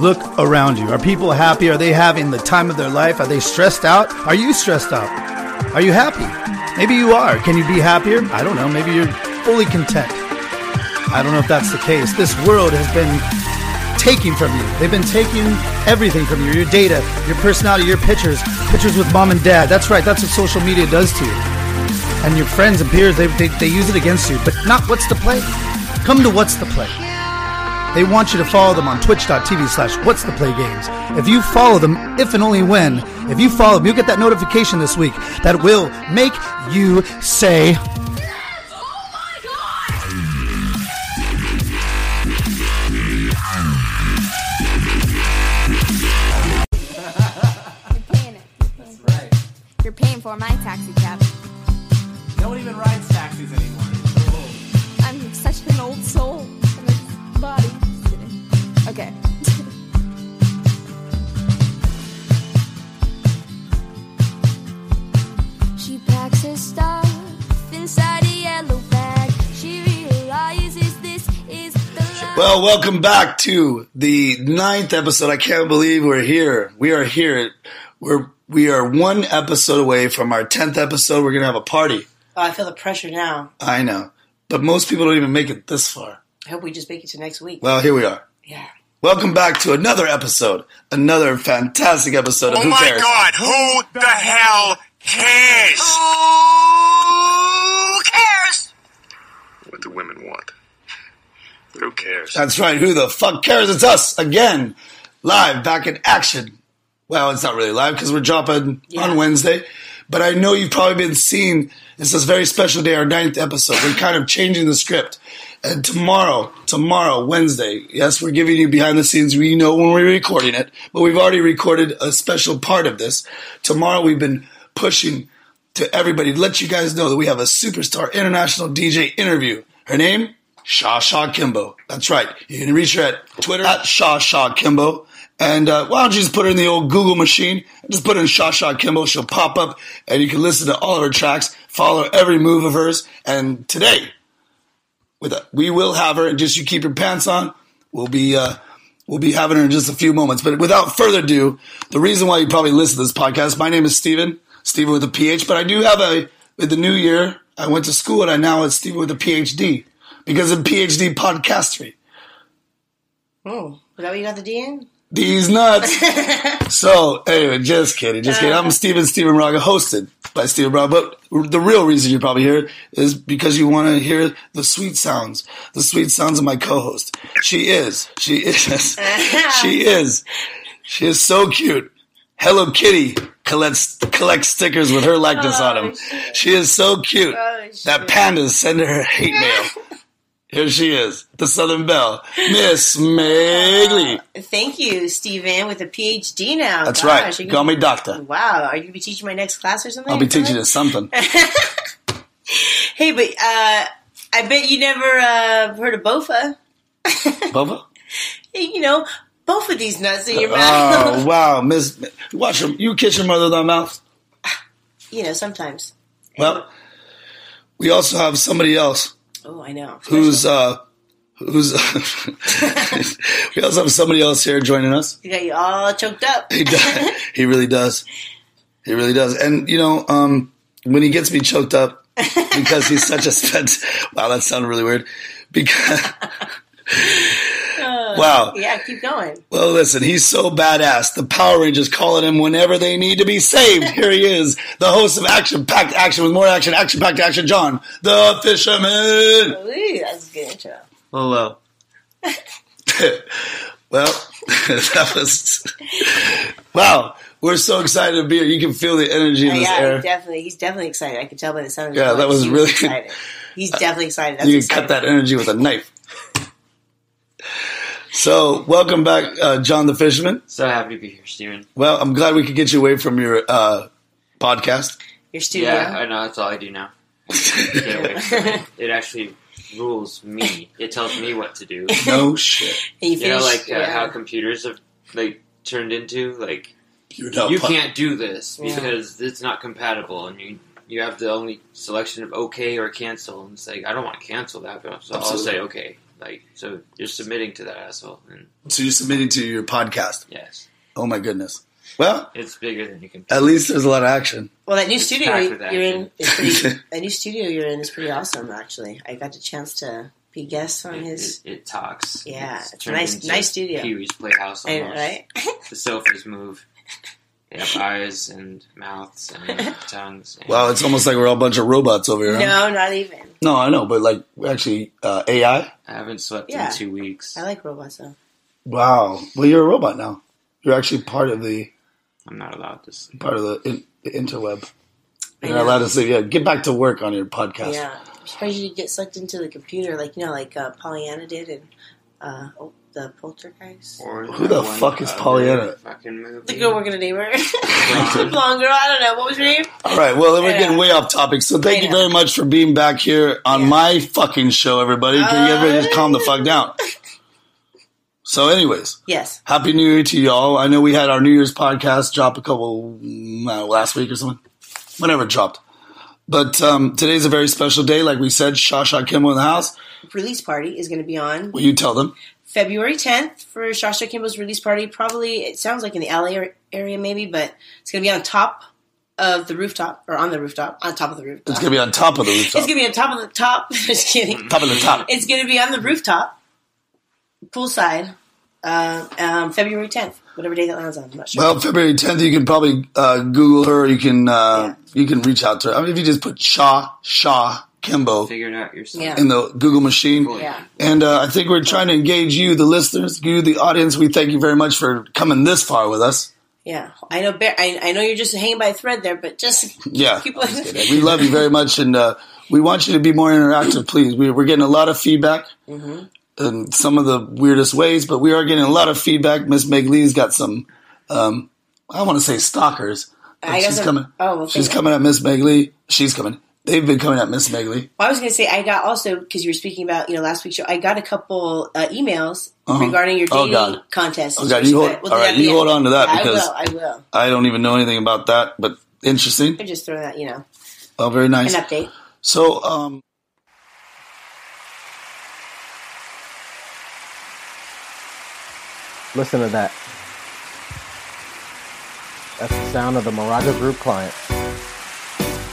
Look around you. Are people happy? Are they having the time of their life? Are they stressed out? Are you stressed out? Are you happy? Maybe you are. Can you be happier? I don't know. Maybe you're fully content. I don't know if that's the case. This world has been taking from you. They've been taking everything from you your data, your personality, your pictures, pictures with mom and dad. That's right. That's what social media does to you. And your friends and peers, they, they, they use it against you. But not what's the play? Come to what's the play. They want you to follow them on twitch.tv slash what's the play games. If you follow them, if and only when, if you follow them, you'll get that notification this week that will make you say, You're paying it. That's right. You're paying for my taxi cab. No one even rides taxis anymore. Oh, I'm such an old soul in this body. Just kidding. Okay. she packs her stuff inside a yellow bag. She realizes this is the life. Well, welcome back to the ninth episode. I can't believe we're here. We are here. We're we are one episode away from our tenth episode. We're gonna have a party. Oh, I feel the pressure now. I know, but most people don't even make it this far. I hope we just make it to next week. Well, here we are. Yeah. Welcome back to another episode, another fantastic episode of Oh Who my Cares? god, who the hell cares? Who cares? what the women want. Who cares? That's right. Who the fuck cares? It's us again, live, back in action. Well, it's not really live because we're dropping Yeah. on Wednesday, but I know you've probably been seeing this is a very special day, our ninth episode. We're kind of changing the script. And tomorrow, tomorrow, Wednesday, yes, we're giving you behind the scenes. We know when we're recording it, but we've already recorded a special part of this. Tomorrow, we've been pushing to everybody to let you guys know that we have a superstar international DJ interview. Her name? Shaw Shaw Kimbo. That's right. You can reach her at Twitter at Shaw Shaw Kimbo. And uh, why don't you just put her in the old Google machine? Just put in Shaw Shaw Kimbo. She'll pop up and you can listen to all of her tracks, follow every move of hers. And today, with a, we will have her. Just you keep your pants on. We'll be uh, we'll be having her in just a few moments. But without further ado, the reason why you probably listen to this podcast. My name is Steven, Steven with a PH. But I do have a with the new year. I went to school and I now it's Steven with a PhD because of PhD podcastery. Oh, is that what you got the D in? These nuts. so anyway, just kidding, just kidding. I'm Steven Steven Raga, hosted by Steven Raga. But the real reason you're probably here is because you want to hear the sweet sounds, the sweet sounds of my co-host. She is, she is, she is, she is so cute. Hello Kitty collects collects stickers with her likeness on them. She is so cute. that pandas send her hate mail. Here she is, the Southern Belle, Miss Magley. Thank you, Steven, with a PhD now. That's Gosh, right. are you- Call me doctor. Wow, are you going to be teaching my next class or something? I'll be teaching you something. Hey, but uh, I bet you never uh, heard of Bofa. Bubba? You know, both of these nuts in your mouth. Oh, wow. Miss, watch him. You kiss your mother with our mouth. you know, sometimes. Well, we also have somebody else Oh, I know. who's, uh, who's, we also have somebody else here joining us. You got you all choked up. He does. he really does. He really does. And, you know, um, when he gets me choked up because he's such a spent, wow, that sounded really weird. Because, wow. Yeah, keep going. Well, listen, he's so badass. The Power Rangers calling him whenever they need to be saved. Here he is, the host of Action Packed Action with more action, Action Packed Action, John, the Fisherman. Ooh, that's a good intro. Hello. well, that was. Wow, we're so excited to be here. You can feel the energy in this Oh, yeah, air. definitely. He's definitely excited. I can tell by the sound of his Yeah, voice. that was He's really- Uh, excited. He's definitely excited. That's you can exciting. cut that energy with a knife. So, welcome back, uh, John the Fisherman. so happy to be here, Steven. Well, I'm glad we could get you away from your uh, podcast. Your studio. Yeah, I know. That's all I do now. Get away from it. It actually rules me. It tells me what to do. No shit. And you You know, finish- like uh, yeah. how computers have like turned into like You're not you pu- can't do this Yeah. because it's not compatible, and you you have the only selection of okay or cancel, and it's like I don't want to cancel that, but so I'll Absolutely. say okay. Like, so you're submitting to that asshole. And So you're submitting to your podcast. yes, Oh my goodness. Well, it's bigger than you can. at least there's a lot of action. Well, that new It's studio packed with you're in action. is pretty. that new studio you're in is pretty awesome. Actually, I got the chance to be guest on It, his. it, it talks. Yeah, it's turned nice- into nice studio. Pee Wee's Playhouse I- almost. right? The sofas move. They have eyes and mouths and tongues. And Wow, it's almost like we're all a bunch of robots over here. huh? No, not even. No, I know, but like actually uh, AI. I haven't slept Yeah. in two weeks. I like robots though. Wow. Well, you're a robot now. You're actually part of the I'm not allowed to sleep. part of the, in, the interweb. I You're know. not allowed to say, yeah, get back to work on your podcast. Yeah, I'm surprised you didn't get sucked into the computer like you know, like uh, Pollyanna did in uh, oh, the Poltergeist. oh, Or Who the one fuck is other Pollyanna? Fucking movie. The girl working in a neighbor, Ron. blonde girl. I don't know what was her name. All right. Well, we're Yeah. getting way off topic. So thank I you know. very much for being back here on Yeah. my fucking show, everybody. Can you ever just calm the fuck down? So, anyways, Yes, happy New Year to y'all. I know we had our New Year's podcast drop a couple mm, uh, last week or something, whenever it dropped. But um, today's a very special day. Like we said, Shasha Kimball in the house. release party is going to be on Will you tell them? February 10th for Shasha Kimball's release party. Probably, it sounds like in the LA ar- area, maybe, but it's going to be on top of the rooftop, or on the rooftop, on top of the rooftop. It's gonna be on top of the rooftop. It's going to be on top of the top. Just kidding. top of the top. It's going to be on the rooftop, poolside, uh, um, February 10th, whatever day that lands on. I'm not sure. Well, February 10th, you can probably uh, Google her. You can uh, you can reach out to her. I mean, if you just put Shaw Shaw Kimbo Figure it out yourself. Yeah. in the Google machine, Fully. yeah. and uh, I think we're trying to engage you, the listeners, you, the audience. We thank you very much for coming this far with us. Yeah. I know Bear, I, I know you're just hanging by a thread there, but just Yeah, keep we love you very much, and uh, we want you to be more interactive, please. We, we're getting a lot of feedback. In some of the weirdest ways, but we are getting a lot of feedback. Miss Meg Lee's got some, um, I want to say stalkers. but I got she's some- coming. oh, well, she's thank- coming at Miss Megley. She's coming. They've been coming at Miss Megley. Well, I was going to say I got also because you were speaking about you know last week's show. I got a couple uh, emails regarding your Oh, dating God. contest. Oh, God, you hold- all right, you hold on to that Yeah, because- I will. I will. I don't even know anything about that, but interesting. I'm just throwing that you know Oh, very an nice. update. So, um, Listen to that. That's the sound of the Moraga Group client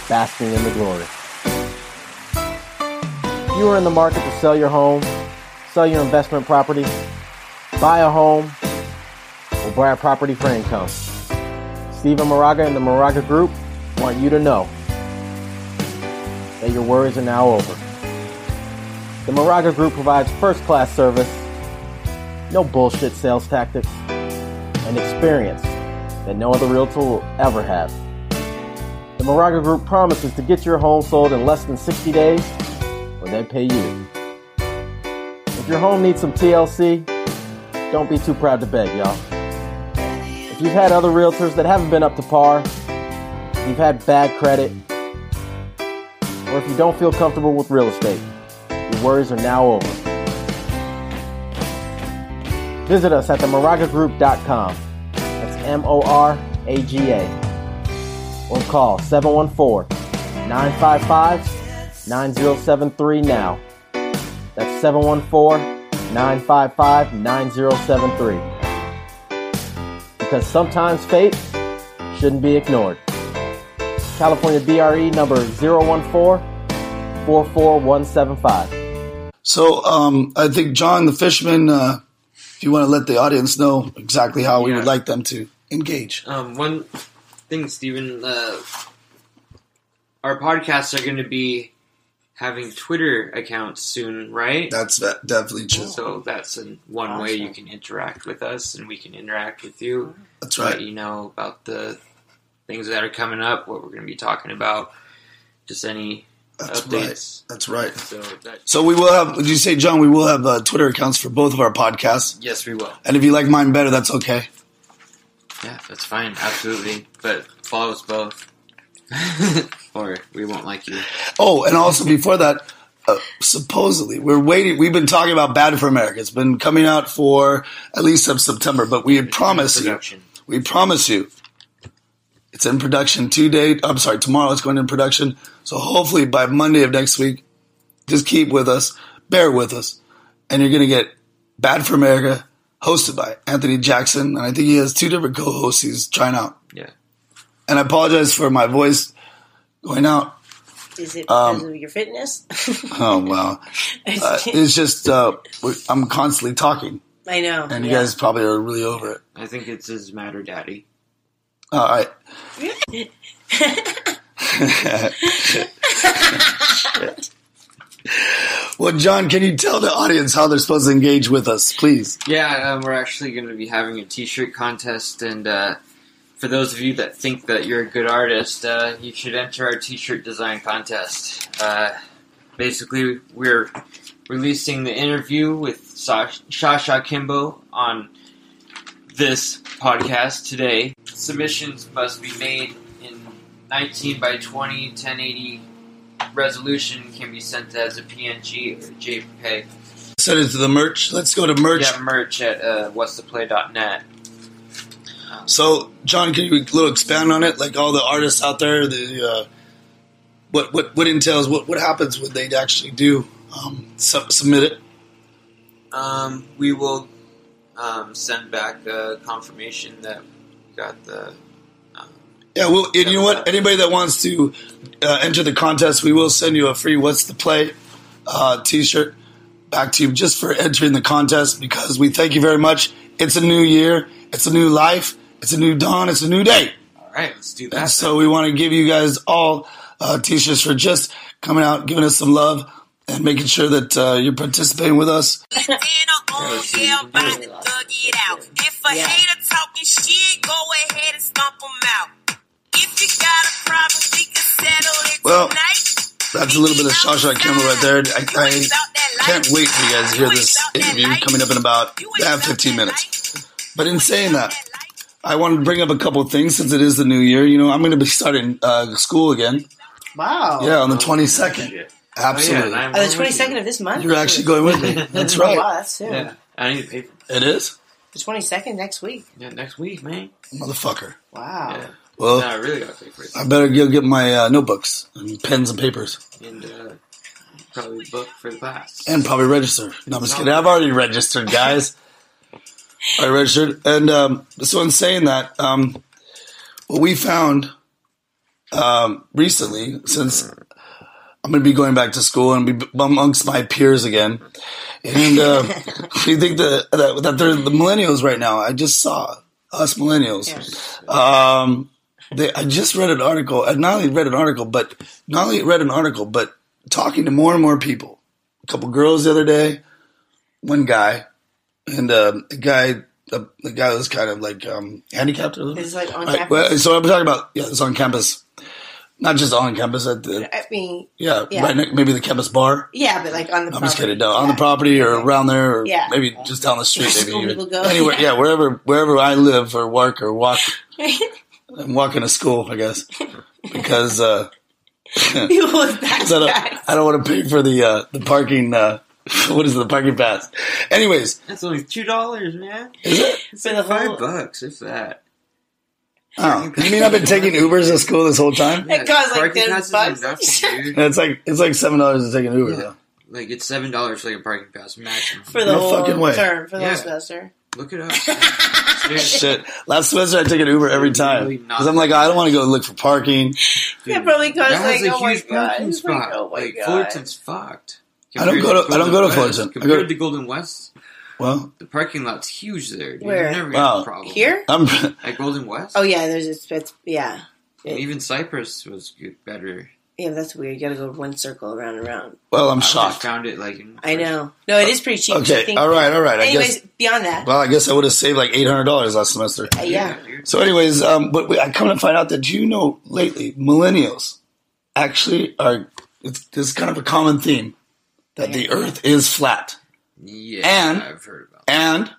basking in the glory. If you are in the market to sell your home, sell your investment property, buy a home, or buy a property for income, Stephen Moraga and the Moraga Group want you to know that your worries are now over. The Moraga Group provides first class service no bullshit sales tactics, and experience that no other realtor will ever have. The Moraga Group promises to get your home sold in less than 60 days, or they pay you. If your home needs some TLC, don't be too proud to beg, y'all. If you've had other realtors that haven't been up to par, you've had bad credit, or if you don't feel comfortable with real estate, your worries are now over visit us at themoragagroup.com. That's M O R A G A. Or call 714 955 9073 now. That's 714 955 9073. Because sometimes fate shouldn't be ignored. California DRE number 014 44175. so um, I think John the Fishman. Uh, if you want to let the audience know exactly how we Yeah. would like them to engage, Um, one thing, Stephen, uh, our podcasts are going to be having Twitter accounts soon, right? that's that definitely true. so that's an, one way you can interact with us, and we can interact with Mm-hmm. you. That's Let right. you know about the things that are coming up, what we're going to be talking about, just any That's updates. right. That's right. So that So we will have. Did you say, John? We will have uh, Twitter accounts for both of our podcasts. yes, we will. And if you like mine better, that's okay. Yeah, that's fine, absolutely. But follow us both, or we won't like you. Oh, and also before that, uh, supposedly we're waiting. We've been talking about Bad for America. It's been coming out for at least of September, but we promise you, Production. we promise you, it's in production to date. I'm sorry, tomorrow it's going in production. So hopefully by Monday of next week, just keep with us, bear with us, and you're going to get Bad for America, hosted by Anthony Jackson. And I think he has two different co hosts he's trying out. Yeah. And I apologize for my voice going out. Is it um, because of your fitness? Oh, wow. Uh, it's just, uh, we're- I'm constantly talking, I know. and you yeah. guys probably are really over it. I think it's his matter, daddy. All right. well, John, can you tell the audience how they're supposed to engage with us, please? Yeah, um, we're actually going to be having a T-shirt contest, and uh, for those of you that think that you're a good artist, uh, you should enter our T-shirt design contest. Uh, basically, we're releasing the interview with Sa- Shasha Kimbo on this podcast today. Submissions must be made in 19 by 20, 1080 resolution. Can be sent as a PNG or JPEG. Send it to the merch. Let's go to merch. Yeah, merch at uh, whatstheplay.net. So, John, can you a little expand on it? Like all the artists out there, the uh, what what what entails what what happens when they actually do um, sub- submit it? Um, we will um, send back a confirmation that we got the. Yeah, well, and you know what? Anybody that wants to uh, enter the contest, we will send you a free "What's the Play" uh, T-shirt back to you just for entering the contest because we thank you very much. It's a new year, it's a new life, it's a new dawn, it's a new day. All right, let's do And that. so we want to give you guys all uh, T-shirts for just coming out, giving us some love, and making sure that uh, you're participating with us. Then I'm on down by the thug it out. If a Yeah. hater talking shit, go ahead and stomp 'em out. If you got a problem, we can settle it Well, tonight. That's a little bit of Shawshank Kimber right there. I, I can't wait for you guys to hear this interview coming up in about uh, 15 minutes. But in saying that, I wanted to bring up a couple of things since it is the new year. You know, I'm going to be starting uh, school again. Wow. Yeah, on the 22nd. Oh, yeah, Absolutely. and I'm Oh, on the with twenty second you. of this month. You're actually going with me. That's Oh, wow, right. that's soon. Yeah, I need to pay for It is, The twenty second next week. yeah, next week, man. motherfucker. Wow. Yeah. Well, No, I really got to pay for it. I better go get my uh, notebooks and pens and papers And uh, probably book for the class. and probably register. No, I'm just kidding. I've already registered, guys. I registered. And um, so, in saying that, um, what we found um, recently, since I'm going to be going back to school and be amongst my peers again, and uh, we think that, that, that they're the millennials right now. I just saw us millennials. Um, they, I just read an article. I not only read an article, but not only read an article, but talking to more and more people. A couple girls the other day, one guy, and um the guy, the, the guy was kind of like um, handicapped. or- This is like on Right, campus. well, so I'm talking about yeah, it's on campus, not just on campus at the I mean, yeah, Yeah. right next, maybe the campus bar. yeah, but like on the. I'm property. just kidding. No, on Yeah. the property or around there, or Yeah. maybe just down the street. Just Maybe where even. people go, anywhere. yeah. Yeah. wherever wherever I live or work or walk. I'm walking to school, I guess, because uh, Who was that I don't, guy? I don't want to pay for the uh, the parking. Uh, what is it, the parking pass? Anyways, That's only two dollars, man. is it? It's For like the five whole- bucks, if that. Oh, you mean I've been taking Ubers to school this whole time? It costs like parking 10 passes bucks. are nothing, dude. It's like it's like seven dollars to take an Uber though. Like it's seven dollars for like a parking pass maximum. For the No whole fucking way. term, for the whole Yeah. semester. Look it up. Seriously, Shit. Last semester I took an Uber every time Really not. because I'm like, I don't want to go look for parking. dude. It probably costs That like, has a oh my huge god. parking It's like, spot. oh my like god. Fullerton's fucked. I don't Compared go to- I don't go to Golden Fullerton. I West, go- Compared to Golden West, Well, the parking lot's huge there. Dude. Where? You're never Wow. wow. a problem. Here? I'm at Golden West. Oh yeah, there's it's, it's yeah. And even Cypress was good, better. Yeah, that's weird. You gotta go one circle around and around. well, I'm I just shocked. found it like in I know. No, it is pretty cheap. I Okay, think- all right, all right. I Anyways, guess. beyond that, Well, I guess I would have saved like eight hundred dollars last semester. uh, yeah. Yeah, dude. So, anyways, um, but we, I come to find out that you know lately millennials actually are. It's this is kind of a common theme that the Earth is flat yeah. And- I've heard about. and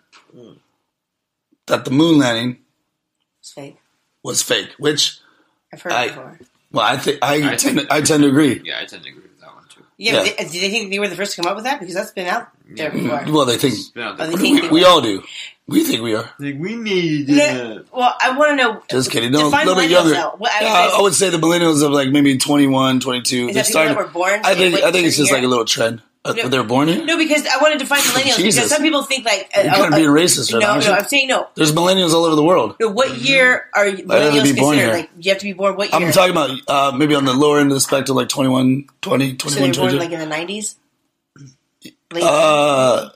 that the moon landing It's fake. was fake. Which, I've heard I- it before. well, I think I, I tend think- to, I tend to agree. Yeah, I tend to agree with that one too. Yeah, yeah. Mm-hmm. but They, do they think they were the first to come up with that? Because that's been out there before. Well, they think Been out Oh, there. they think we, they we were. all do. We think we are. Like we uh, made No, well, I want to know. Just kidding. No, a define little bit millennials, younger. though. What, I, Yeah, guess- I would say the millennials of like maybe 21, 22. They're is that people starting. that were born? I think like, I think it's just here? like a little trend. Uh, They're born here. No, because I want to define millennials Jesus. because some people think like uh, You couldn't uh, be racist, Mm-hmm. No, right, aren't no, you? I'm saying no. There's millennials all over the world. No, what year are you- I'd rather millennials be considered? born here. Like you have to be born what year? I'm talking about uh, maybe on the lower end of the spectrum, like 21, 20, so they 21, were born 22. like in the nineties. uh,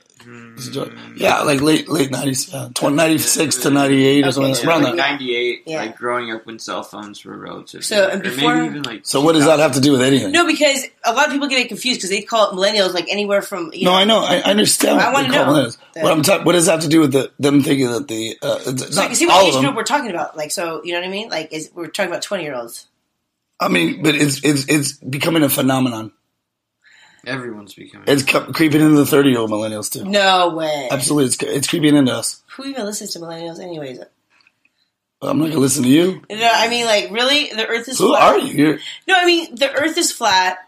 yeah, like late late 90s, yeah, 20, 96 to 98 or something Okay, around like that. '98, Yeah. like growing up when cell phones were relative. So, and before- or maybe even like So what does that have to do with anything? no, because a lot of people get it confused because they call it millennials like anywhere from you No, know, I know. I, I understand. I What wanna they call know millennials. What I'm talking. What does that have to do with the, them thinking that the uh, it's- it's So you not can see all what of age them. group we're talking about. Like so, you know what I mean? Like is we're talking about twenty year olds. I mean, but it's it's it's becoming a phenomenon. everyone's becoming. It's cu- creeping into the 30 year old millennials too. No way. Absolutely, it's it's creeping into us. Who even listens to millennials, anyways? I'm not gonna listen to you. No, I mean like really, the Earth is Who flat. are you? You're No, I mean the Earth is flat.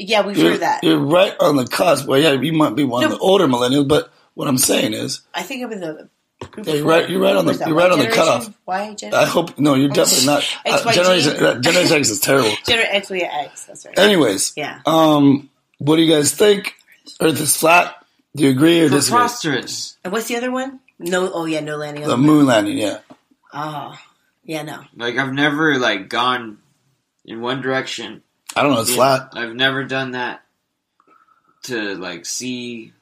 Yeah, we've you're, heard that. you're right on the cusp. Well, yeah, you might be one of No. the older millennials, but what I'm saying is, I think I'm in the. Group Yeah, you're before. right- you're right on the- What is that, you're right Y on the cutoff. Uh, generation? Y gen- I hope no, you're definitely not. It's Uh, my generation gene. uh, Generation X is terrible. Gener- X, we are X. That's right. Anyways, Yeah. Um, what do you guys think? Earth is flat. Do you agree or disagree? Preposterous. And what's the other one? No. Oh yeah, no landing. The on moon landing. Yeah. Oh yeah, no. Like I've never like gone in one direction. I don't know. It's Yeah, flat. I've never done that to like see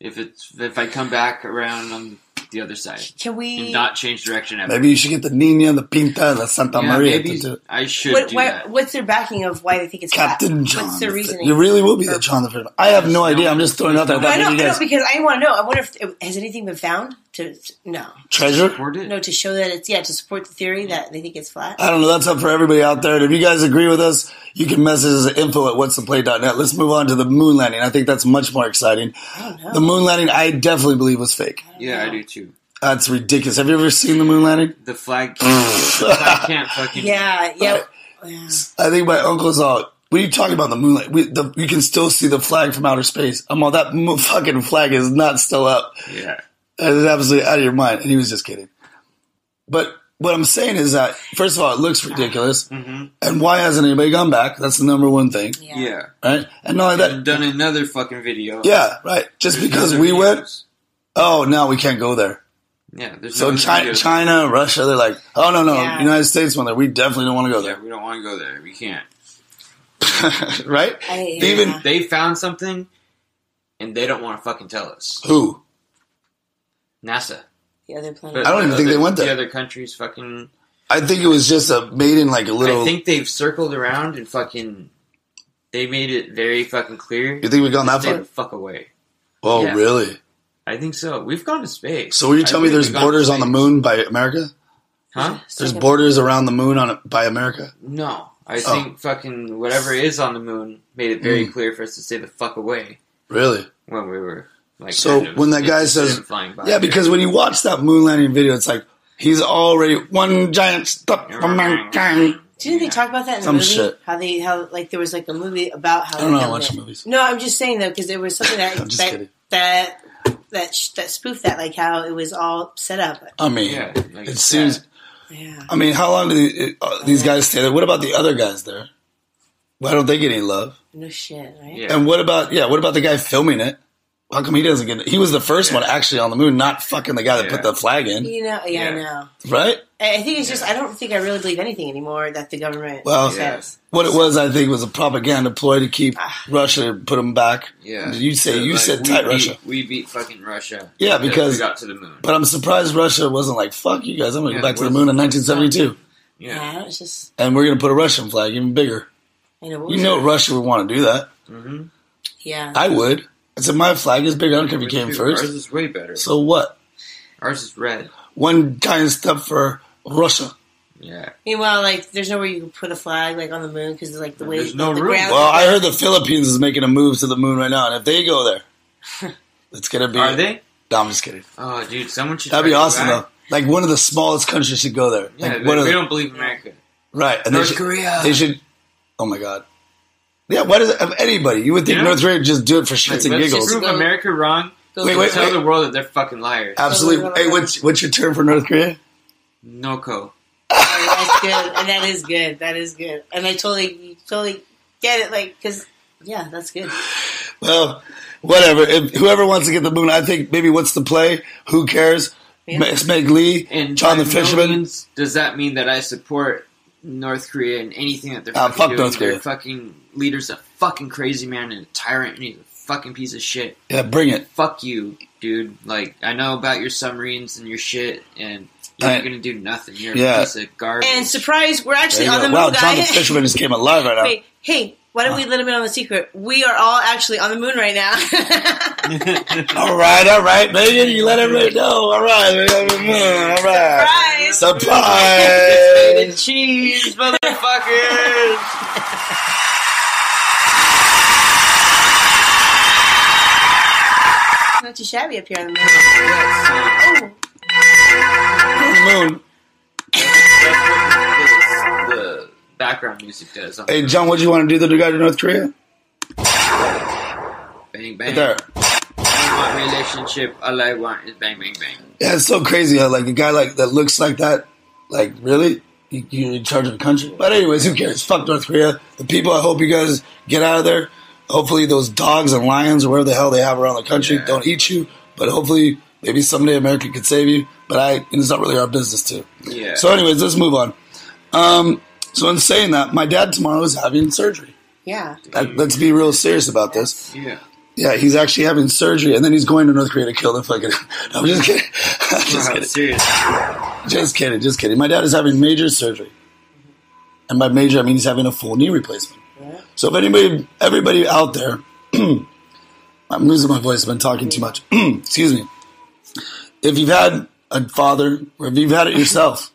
if it's if I come back around on the other side Can and we? not change direction ever. Maybe you should get the Nina, the Pinta, the Santa yeah, Maria. maybe to- to- I should what, do what, that. what's their backing of why they think it's flat? Captain John. What's their the Fifth. reasoning? You really will be the John the Fifth. I have no idea. I'm just throwing it out there. No, I That know, you I know, guys because I want to know. I wonder if has anything been found to no, treasure. Support it. no to show that it's yeah to support the theory that they think it's flat. I don't know. That's up for everybody out there. And if you guys agree with us, you can message us at info at what's the play dot net. Let's move on to the moon landing. I think that's much more exciting. The moon landing, I definitely believe was fake. yeah, I do too. That's ridiculous. Have you ever seen the moon landing? The flag can't, the flag can't fucking yeah, uh, yeah, yeah. I think my uncle saw. What are you talking about? The moonlight? We, the, you can still see the flag from outer space. I'm all that mo- fucking flag is not still up. Yeah. That is absolutely out of your mind. And he was just kidding. But what I'm saying is that first of all, it looks ridiculous. And why hasn't anybody gone back? That's the number one thing, yeah. Mm-hmm. Yeah. right? And not only I've that, done another fucking video. yeah, right. Just There's because other we went, videos. oh, now we can't go there. Yeah, there's So no China, videos. China, Russia, they're like, oh no, no, Yeah. United States went there. We definitely don't want to go Yeah, there, we don't want to go there. We can't. right? I- Even yeah. They found something and they don't want to fucking tell us. who? NASA. The other planet. But I don't even the think they other- went there. The other countries fucking I think it was just a made in like a little. I think they've circled around and fucking. They made it very fucking clear. you think we've gone that Stay the far? fuck away. Oh, Yeah. really? I think so. We've gone to space. So, will you I tell me think there's we've gone borders to on the space. moon by America? Huh? There's borders around the moon on by America. No, Oh. I think fucking whatever is on the moon made it very Mm. clear for us to stay the fuck away Really? when we were like. So kind of when that guy interested says, in flying by. yeah, because when you watch that moon landing video, it's like he's already one giant step from mankind. Didn't they talk about that in the Some movie? shit. How they how like there was like a movie about how I don't they know, I filmed watch it. movies. No, I'm just saying though because there was something that I'm just that kidding. that that, sh- that spoofed that like how it was all set up. I mean, Yeah, like, it seems. Yeah, I mean, how long do the- uh, these guys stay there? What about the other guys there? Why don't they get any love? no shit, right? Yeah. And what about yeah? What about the guy filming it? How come he doesn't get? He was the first one actually on the moon, not fucking the guy that Yeah. put the flag in, You know, yeah, I Yeah. know. right? I I think it's just I don't think I really believe anything anymore that the government Well, says. What it was, I think, was a propaganda ploy to keep Russia to put them back. Ah. Yeah, you say So, you like, said we tight beat, Russia, We beat fucking Russia. Yeah, because- we got to the moon. but I'm surprised Russia wasn't like, "Fuck you guys, I'm gonna Yeah, go back to the what- moon in 1972, Yeah, yeah, it's just and we're gonna put a Russian flag even bigger." you know, what You was know, it? Russia would want to do that. yeah. I would. I said, "My flag is bigger. I don't care if you came Dude, Ours first. is way better. So what? Ours is red. One giant step for Russia. Yeah, Meanwhile, like there's nowhere you can put a flag like on the moon because like the way There's no the room. ground- Well, I heard the Philippines is making a move to the moon right now, and if they go there, it's gonna be. are they? No, I'm just kidding. Oh, dude, someone should. That'd try be to awesome go back. though. Like one of the smallest countries should go there. Yeah, like, they- one of we the- don't believe America. Right. And North they should, Korea. They should. Oh my god. Yeah. Why does of anybody? You would think Yeah. North Korea would just do it for shits Let's and giggles. prove America wrong. Wait, wait, tell wait. the world that they're fucking liars. Absolutely. Hey, what's what's your term for North Korea? Noco. That's good, and that is good. That is good, and I totally, totally get it. Like, cause yeah, that's good. Well, whatever. If, whoever wants to get the moon, I think maybe what's the play? Who cares? Yeah. Ma- It's Meg Lee, And John the by no Fisherman. means does that mean that I support North Korea and anything that they're Ah, fucking fuck doing? North Korea. Their fucking leader's a fucking crazy man and a tyrant, and he's a fucking piece of shit. Yeah, bring it. Fuck you, dude. Like I know about your submarines and your shit, and you're I- gonna do nothing. You're Yeah. a piece of garbage. And surprise, we're There actually you on the go. moon, Wow, John the guys. Fisherman just came alive right now. Wait, hey, why don't we let him in on the secret? We are all actually on the moon right now. All right, all right, Megan, you let everybody know. All right, we got the moon. All right. Surprise! Surprise. cheese, motherfuckers. Not too shabby up here on the moon. moon. That's what the, the background music does. On Hey, John, what do you want to do to the guy to North Korea? bang Right bang. there. I want relationship. All I want is bang bang bang. Yeah, it's so crazy how like a guy like that looks like that. Like really, you, you're in charge of the country. But anyways, who cares? Fuck North Korea. The people. I hope you guys get out of there. Hopefully, those dogs and lions, or wherever the hell they have around the country, Yeah. don't eat you. But hopefully, maybe someday America could save you. But I, it's not really our business to. Yeah. So, anyways, let's move on. Um, so, in saying that, my dad tomorrow is having surgery. Yeah. That, let's be real serious about this. yeah. Yeah, he's actually having surgery, and then he's going to North Korea to kill the fucking. I'm just kidding. I'm just Wow, kidding. serious. Just kidding, just kidding. My dad is having major surgery. And by major, I mean he's having a full knee replacement. So if anybody, everybody out there, I'm losing my voice. I've been talking too much. Excuse me. If you've had a father, or if you've had it yourself,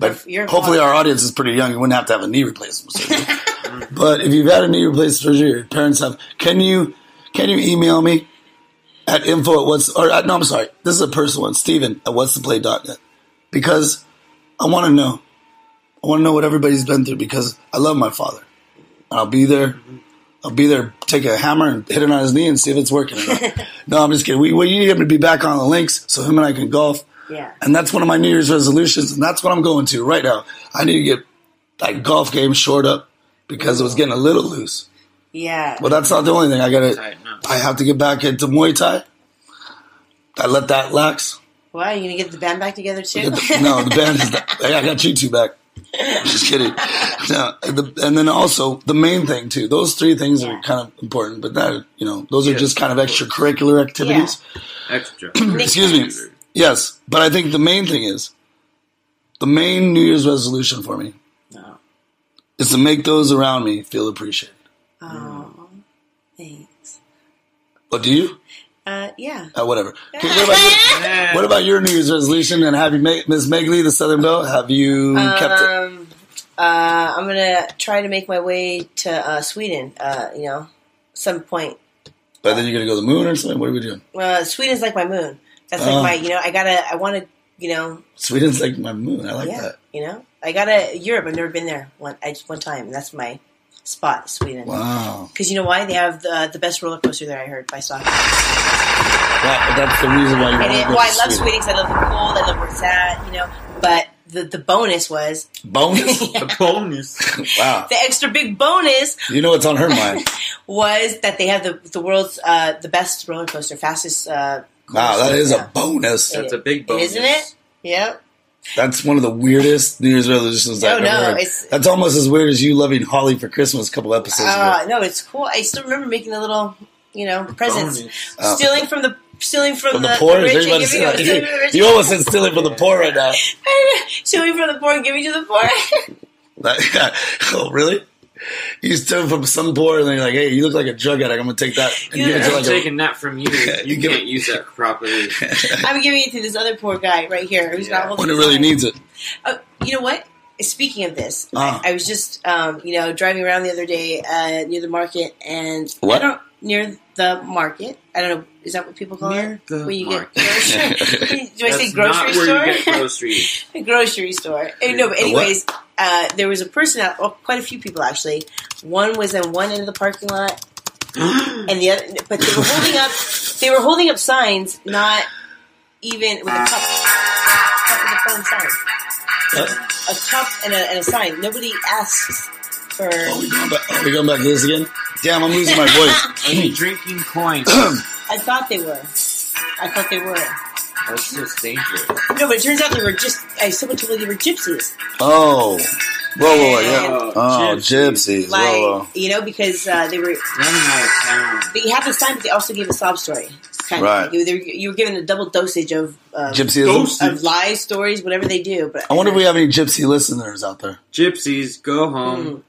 but Your hopefully father. our audience is pretty young. You wouldn't have to have a knee replacement surgery. but if you've had a knee replacement surgery, your parents have. Can you can you email me at info at what's or at, no? I'm sorry. This is a personal one. Steven at what's the play dot net because I want to know. I want to know what everybody's been through because I love my father. And I'll be there. I'll be there. Take a hammer and hit it on his knee and see if it's working. Or not. no, I'm just kidding. We, we need him to be back on the links so him and I can golf. Yeah. And that's one of my New Year's resolutions, and that's what I'm going to right now. I need to get that golf game short up because it was getting a little loose. Yeah. But that's not the only thing. I gotta. Tighten up. I have to get back into Muay Thai. I let that lax. Why are you gonna get the band back together too? Get the- no, the band is. Not, hey, I got you two back. Just kidding. No, the, and then also the main thing too. Those three things are kind of important, but that you know, those are just kind of extracurricular activities. Extra. Excuse me. Yes, but I think the main thing is the main New Year's resolution for me No. is to make those around me feel appreciated. Oh, thanks. But do you? Uh, yeah. Uh, whatever. Okay, what, about your, what about your New Year's resolution? And have you, ma- Miss Megley, the Southern Belle, have you kept it? Um, uh, I'm gonna try to make my way to uh, Sweden. Uh, you know, some point. But then you're gonna go to the moon or something. What are we doing? Uh, Sweden's like my moon. That's Oh. like my. You know, I gotta. I want to. You know. Sweden's like my moon. I like yeah. that. You know, I gotta Europe. I've never been there one. I just one time. And that's my spot, Sweden. Wow. Because you know why they have the the best roller coaster there. I heard by soccer. That, that's the reason why you And want to it, go well, to I love Sweden because I love the cold. I love where it's at. You know, but the the bonus was Bonus. The bonus. wow. the extra big bonus You know what's on her mind. was that they have the the world's uh, the best roller coaster, fastest. Uh, Wow, that is Yeah. a bonus. That's a big bonus. Isn't it? Yep. That's one of the weirdest New Year's resolutions I've Oh, No, ever no, heard. it's- That's almost as weird as you loving Holly for Christmas a couple episodes Uh, ago. no, it's cool. I still remember making the little, you know, presents, Bonus. Oh. stealing from the stealing from, From the poor, is rich and everybody giving, stealing? stealing from the rich. You almost said stealing from the poor right now. stealing from the poor and giving to the poor. Like, oh, really? You steal from some poor, and they're like, "Hey, you look like a drug addict. I'm gonna take that." And give it Yeah. Yeah, to I'm like a, taking that from you. you You, give can't it- use that properly. I'm giving it to this other poor guy right here who's not Yeah. holding. when it his really sign. needs it. Oh, you know what? Speaking of this, Ah. I was just, um, you know, driving around the other day uh, near the market, and What? I don't near the market. I don't know. Is that what people call Near it? the when you market. get grocery? Do I That's say grocery not where store? you get groceries. grocery store. Eh, No, but The what? anyways, uh, there was a person out. Oh, quite a few people actually. One was in one end of the parking lot, and the other. But they were holding up. They were holding up signs, not even with a cup. cup with a phone sign. Huh? A cup and a, and a sign. Nobody asks for. Are we going back, are we going back to this again? Damn, I'm losing my voice. And drinking coins. I thought they were. I thought they were. That's just dangerous. No, but it turns out they were just. I someone told me they were gypsies. Oh. Whoa, whoa, whoa, yeah. Oh, Oh, gypsies. Like Whoa, whoa. you know, because uh, they were. Run my town. They had the sign, but they also gave a sob story. Kind Right. Of. You, they were, you were given a double dosage of um, Gypsyism. of lies, stories, whatever they do. But I wonder if we have any gypsy listeners out there. Gypsies go Hmm. home.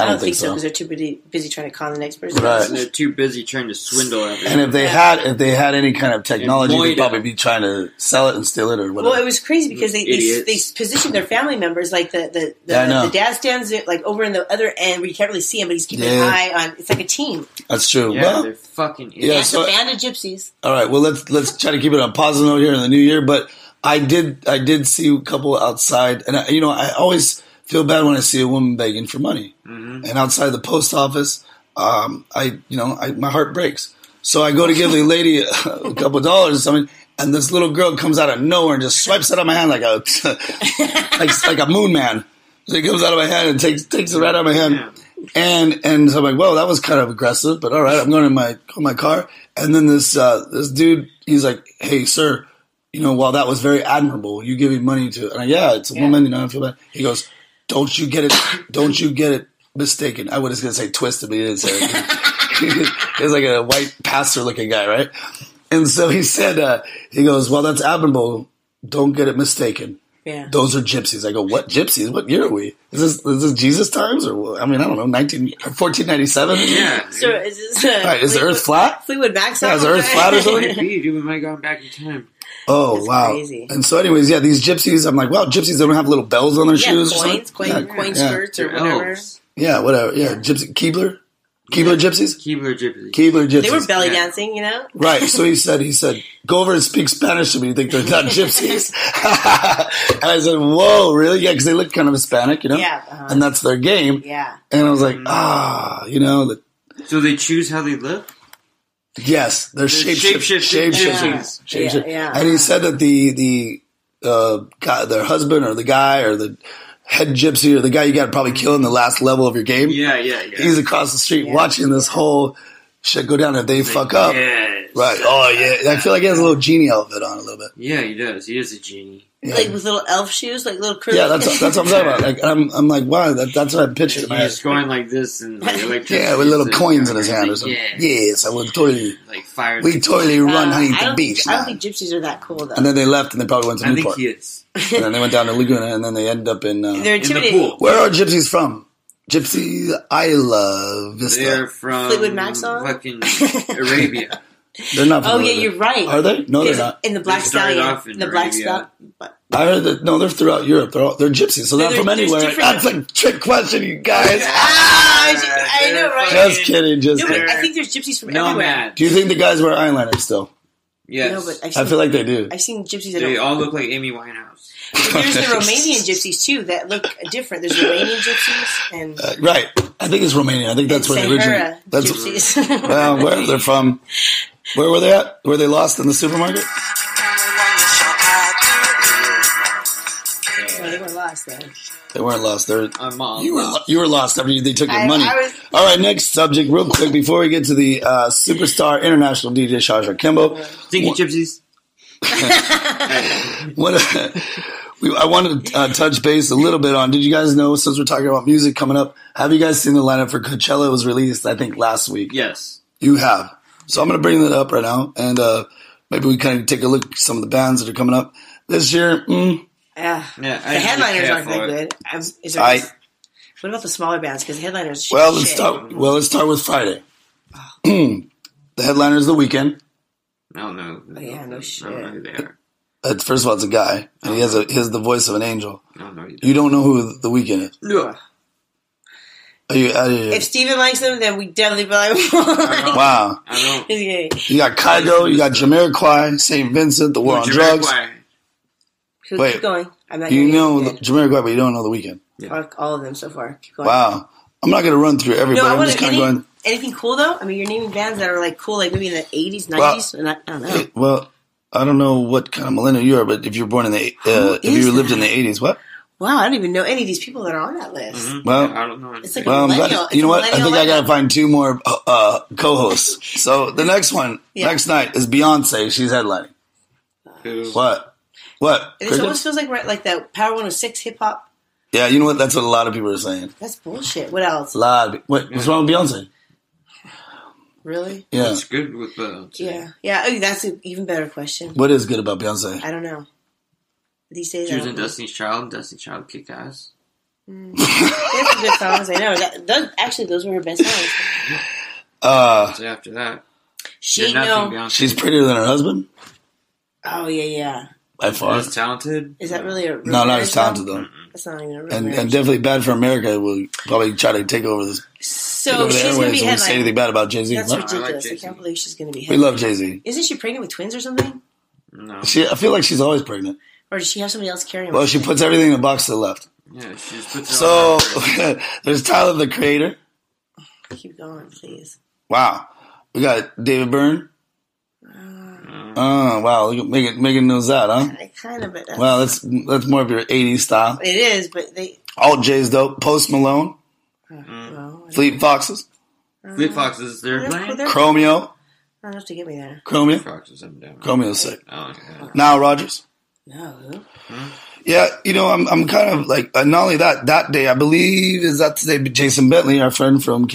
I don't, think, so because so. they're too busy, busy trying to con the next person. Right. And they're too busy trying to swindle everyone. And if they had, if they had any kind of technology, Employed they'd probably them. be trying to sell it and steal it or whatever. Well, it was crazy because they they, Idiots. they positioned their family members like the the the, Yeah, I know. the dad stands like over in the other end where you can't really see him, but he's keeping Yeah. an eye on. It's like a team. That's true. yeah, well, they're fucking Yeah, Yeah, idiots. it's so- a band of gypsies. All right. Well, let's let's try to keep it on a positive note here in the new year. But I did I did see a couple outside, and I, you know I always feel bad when I see a woman begging for money, and outside the post office, um, I you know I, my heart breaks. So I go to give the lady a, couple dollars or something, and this little girl comes out of nowhere and just swipes it out of my hand like a like like a moon man. So it comes out of my hand and takes takes it right out of my hand. And and so I'm like, well, that was kind of aggressive, but all right, I'm going in my in my car. And then this uh, this dude, he's like, hey, sir, you know, while that was very admirable, you giving money to, and I, yeah, it's a woman, you know, I feel bad. He goes, don't you get it, don't you get it mistaken. I was going to say twisted, but he didn't say it. he was like a white pastor looking guy, right? And so he said, uh, he goes, well, that's admirable. Don't get it mistaken Yeah. those are gypsies. I go, what gypsies? What year are we? Is this is this Jesus times or what? I mean I don't know 19, 1497? Yeah. So is this, uh, All right, is the Earth flat? Fleetwood Mac Yeah, is the Earth flat or something? Maybe, dude, we might have gone back in time. Oh That's wow! crazy. And so, anyways, yeah, these gypsies. I'm like, wow, gypsies. They don't have little bells on their yeah, shoes. or coins, something? coin, yeah, coin yeah, Oh, skirts or They're whatever. elves. Yeah, whatever. Yeah, gypsy Keebler, Keebler gypsies, Keebler Gypsy. Keebler gypsies. They were belly Yeah. dancing, you know. Right. So he said, he said, go over and speak Spanish to me. You think they're not gypsies? and I said, whoa, really? Yeah, because they look kind of Hispanic, you know. Yeah, uh-huh. And that's their game. Yeah. Mm-hmm. And I was like, ah, you know, the So they choose how they look? Yes, they're shapeshift, shapeshifting shapeshifters. Yeah, Shapeshift- yeah. And he said that the the uh, guy, their husband or the guy or the head gypsy or the guy you got to probably kill in the last level of your game. Yeah, yeah, yeah. He's across the street watching this whole shit go down. If they fuck up, Yes. right? Oh yeah, I feel like he has a little genie outfit on a little bit. Yeah, he does. He is a genie. Yeah, Like with little elf shoes, like little curly. yeah that's that's what I'm talking about. Like I'm I'm like wow, that, that's what I pictured. in my head. He's going like this and like electricity. Yeah, with little and- coins in his hand or something. Yeah. Yes, I would totally. Like fire. We totally Uh, run honey I to don't the beach. Think, I don't now. think gypsies are that cool though. And then they left and they probably went to I think Newport. he is. and then they went down to Laguna, and then they ended up in. Uh, They're In the intimidating. pool. where are gypsies from? Gypsy Isla Vista. They're They're, from Fleetwood Mac song? fucking Arabia. not. From Oh yeah, Florida. you're right. Are they? No, they're Because not. In the black They started stallion, off in the black Arabia. stallion. But I heard that. No, they're throughout Europe. They're all, they're gypsies, so they're not They're- from there's anywhere. different- That's a trick question, you guys. Ah, I know, right? just kidding. Just No, but kidding. I think there's gypsies from No everywhere. man. Do you think the guys wear eyeliner still? Yes. No, but I've seen, I feel like they do. I've seen gypsies that they are. all look like Amy Winehouse. but There's the Romanian gypsies too that look different. There's Romanian gypsies and Uh, right. I think it's Romania. I think that's where they originally. Sahara That's gypsies. well, where they're from. Where were they at? Where they lost in the supermarket? Well, they were lost though. They weren't lost. They're I'm Uh, mom. You were lo- you were lost after you, they took your I- money. I was- All right, next subject, real quick, before we get to the uh, superstar international DJ Shasha Kimbo. Stinky gypsies. What we, I wanted to uh, touch base a little bit on. Did you guys know? Since we're talking about music coming up, have you guys seen the lineup for Coachella? It was released, I think, last week. Yes. You have. So I'm going to bring that up right now, and uh, maybe we kind of take a look at some of the bands that are coming up this year. Mm, Yeah. Yeah, I the didn't headliners care aren't that for it. good. I'm, is there I what about the smaller bands? Because the headliners. sh- well, let's shit. start. Well, let's start with Friday. the headliner is the weekend. I don't know. Oh, yeah, no I don't know shit. who they are. Uh, first of all, it's a guy, and he has a he has the voice of an angel. I don't know who You don't know who the weekend is. they are. Are you out of your- If Steven likes them, then we definitely probably. will. Wow, I don't. He's gay. you got Kygo, you got Jamiroquai, Saint Vincent, the War on Drugs. Jamiroquai. Keep Wait. going. I'm not. You gonna know get the, it. Jamiroquai, but you don't know the weekend. Fuck all of them so far. Keep going. Wow, I'm not going to run through everybody. No, I I'm want just to kind any, of going. anything cool though. I mean, you're naming bands that are like cool, like maybe in the '80s, '90s, Well, and I, I don't know. Well, I don't know what kind of millennial you are, but if you're born in the uh, if is you lived that? in the '80s, what? Wow, I don't even know any of these people that are on that list. Well, I don't know. It's like Well, a I'm glad- millennial. you know what? I think I gotta got find two more uh, uh, co-hosts. So the next one, Yeah. next night is Beyonce. She's headlining. Who- What? What? It almost feels like we're at, like that Power 106 hip hop. Yeah, you know what? That's what a lot of people are saying. That's bullshit. What else? A lot. Of, pe- what? What's wrong with Beyonce? Really? Yeah. It's good with the Yeah. Yeah. Oh, that's an even better question. What is good about Beyonce? I don't know. These days, She I was don't in know. Destiny's Child. Destiny's Child kick ass. They have some good songs. I know. That, those, actually, those were her best songs. Uh, So after that, She did nothing. know. Beyonce she's prettier than her husband Oh yeah, yeah. by far. was talented. Is that really a? real No, not marriage as talented song? though, That's not even a real and marriage and definitely bad for America. Will probably try to take over this. Take So over the she's airwaves gonna be when we say headlining. anything bad about Jay Z. That's ridiculous. I, Jay-Z. can't believe she's going to be We headlining. love Jay Z. Isn't she pregnant with twins or something? No. She, I feel like she's always pregnant. Or does she have somebody else carrying? Well, her? she puts everything in a box to the left. Yeah, she just puts it So on. there's Tyler the Creator. keep going, please. Wow, we got David Byrne. Uh. Oh wow, look at Megan, Megan knows that, huh? I kind of, but that's, Wow, that's that's more of your '80s style. it is. But they, uh, Alt J's dope. Post Malone, well, I Fleet Foxes, Fleet Foxes, they're don't- playing. Uh, they're- I Chromeo, don't have to get me there. Chromeo, Foxes, I'm down. Chromeo's sick. Oh, yeah. Now Rogers. No, Yeah, you know, I'm I'm kind of like uh, not only that that day I believe is that today but Jason Bentley, our friend from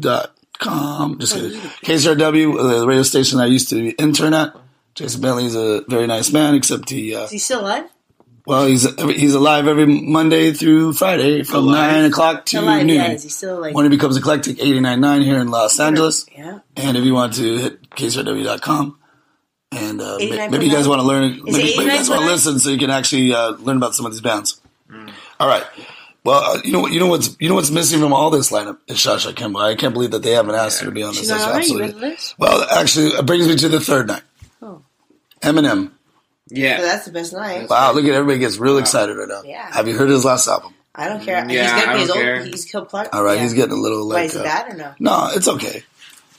KCRW.com. Just kidding. KCRW, uh, the radio station I used to be intern at. Jason Bentley's a very nice man, except he uh, is he still alive? well he's he's alive every Monday through Friday from Alive? nine o'clock to Alive? noon. Yeah, is he still like? when it becomes eclectic, 89.9 here in Los Angeles. yeah. And if you want to hit kcrw.com. And uh, may- 89.9? maybe you guys want to learn, Is maybe, maybe it you guys want to 89.9? listen so you can actually uh, learn about some of these bands. All right. Well, uh, you know what you know what's you know what's missing from all this lineup is Shasha Kimba. I can't believe that they haven't asked her to be on She's this. not That's on it? You absolutely- read the list? Well, actually, it brings me to the third night. Oh. Eminem. So Yeah. that's the best night. Wow, look at everybody gets real excited right now. Yeah. Have you heard his last album? I don't care. Yeah, he's I gonna be don't his old. care. He's killed Clark. All right, yeah. he's getting a little like. Why is it uh, bad or no? No, it's okay.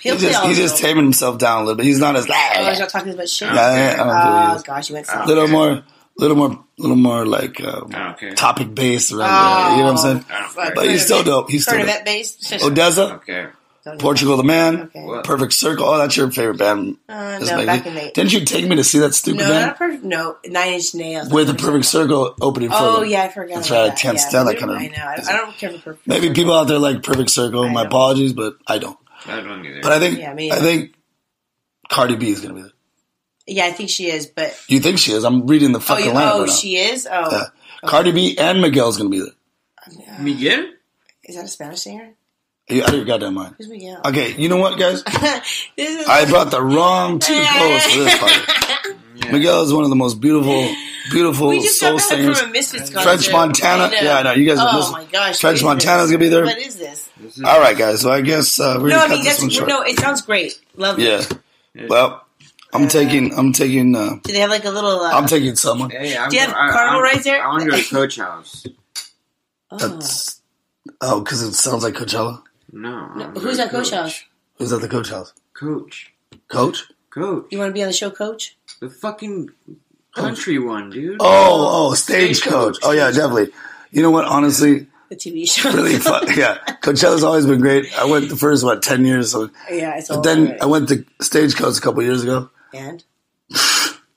He'll He's play just, all he's the just songs. taming himself down a little bit. He's not as eh, Oh, he's yeah, not talking about shit. yeah, I oh don't gosh, you went believe it. soft. little more, little more, little more like um, Ah, Okay. topic based around. there, you Oh, know what I'm saying? I don't care. But he's still dope. He's still dope. Cornet based. Odessa, Okay. Don't know. Portugal the Man, Okay. What? Perfect Circle. Oh, that's your favorite band. Uh, Just no, like- back in the Didn't you take me to see that stupid no, band not a perfect. No, Nine Inch Nails. with the Perfect Circle opening for Oh them? yeah, I forgot. That's about right. I that. can't yeah, stand that we- kind of- I know. I, I don't care for perfect. Maybe people out there like Perfect Circle. I My don't. apologies, but I don't. I don't either. But I think Yeah, me I either. think Cardi B is gonna be there. Yeah, I think she is, but You think she is? I'm reading the oh, fucking you, lineup oh, right now. she is. Oh, Yeah. Cardi B and Miguel's gonna be there. Miguel? is that a Spanish singer? You out of your goddamn mind. Who's Miguel? Okay, you know what, guys? this is I brought the wrong two co-hosts for this party. Miguel is one of the most beautiful, beautiful we just soul got back singers. from a Misfits concert. French Montana. Yeah, I know. You guys are Oh missing- my gosh, French what is Montana's this? gonna be there. What is this? This is, All right, guys. So I guess uh, we're gonna No, I cut mean this one that's short. no. It sounds great. Love Yeah. it. Well, Uh, I'm taking. I'm taking. Uh, Do they have like a little? Uh, I'm taking someone. Hey, I'm, Do you have I, Carnival I'm, right there? I want to go to Coach House. oh. That's oh, because it sounds like Coachella. No. I wanna go Who's to at Coach House? Who's at the coach house? Coach. Coach? Coach. You want to be on the show, Coach? The fucking country one, dude. Oh, oh, stagecoach. Oh yeah, definitely. You know what? Honestly, The TV show. really fun. Yeah, Coachella's always been great. I went the first what ten years. So yeah, it's all But then right. I went to Stagecoach a couple years ago. and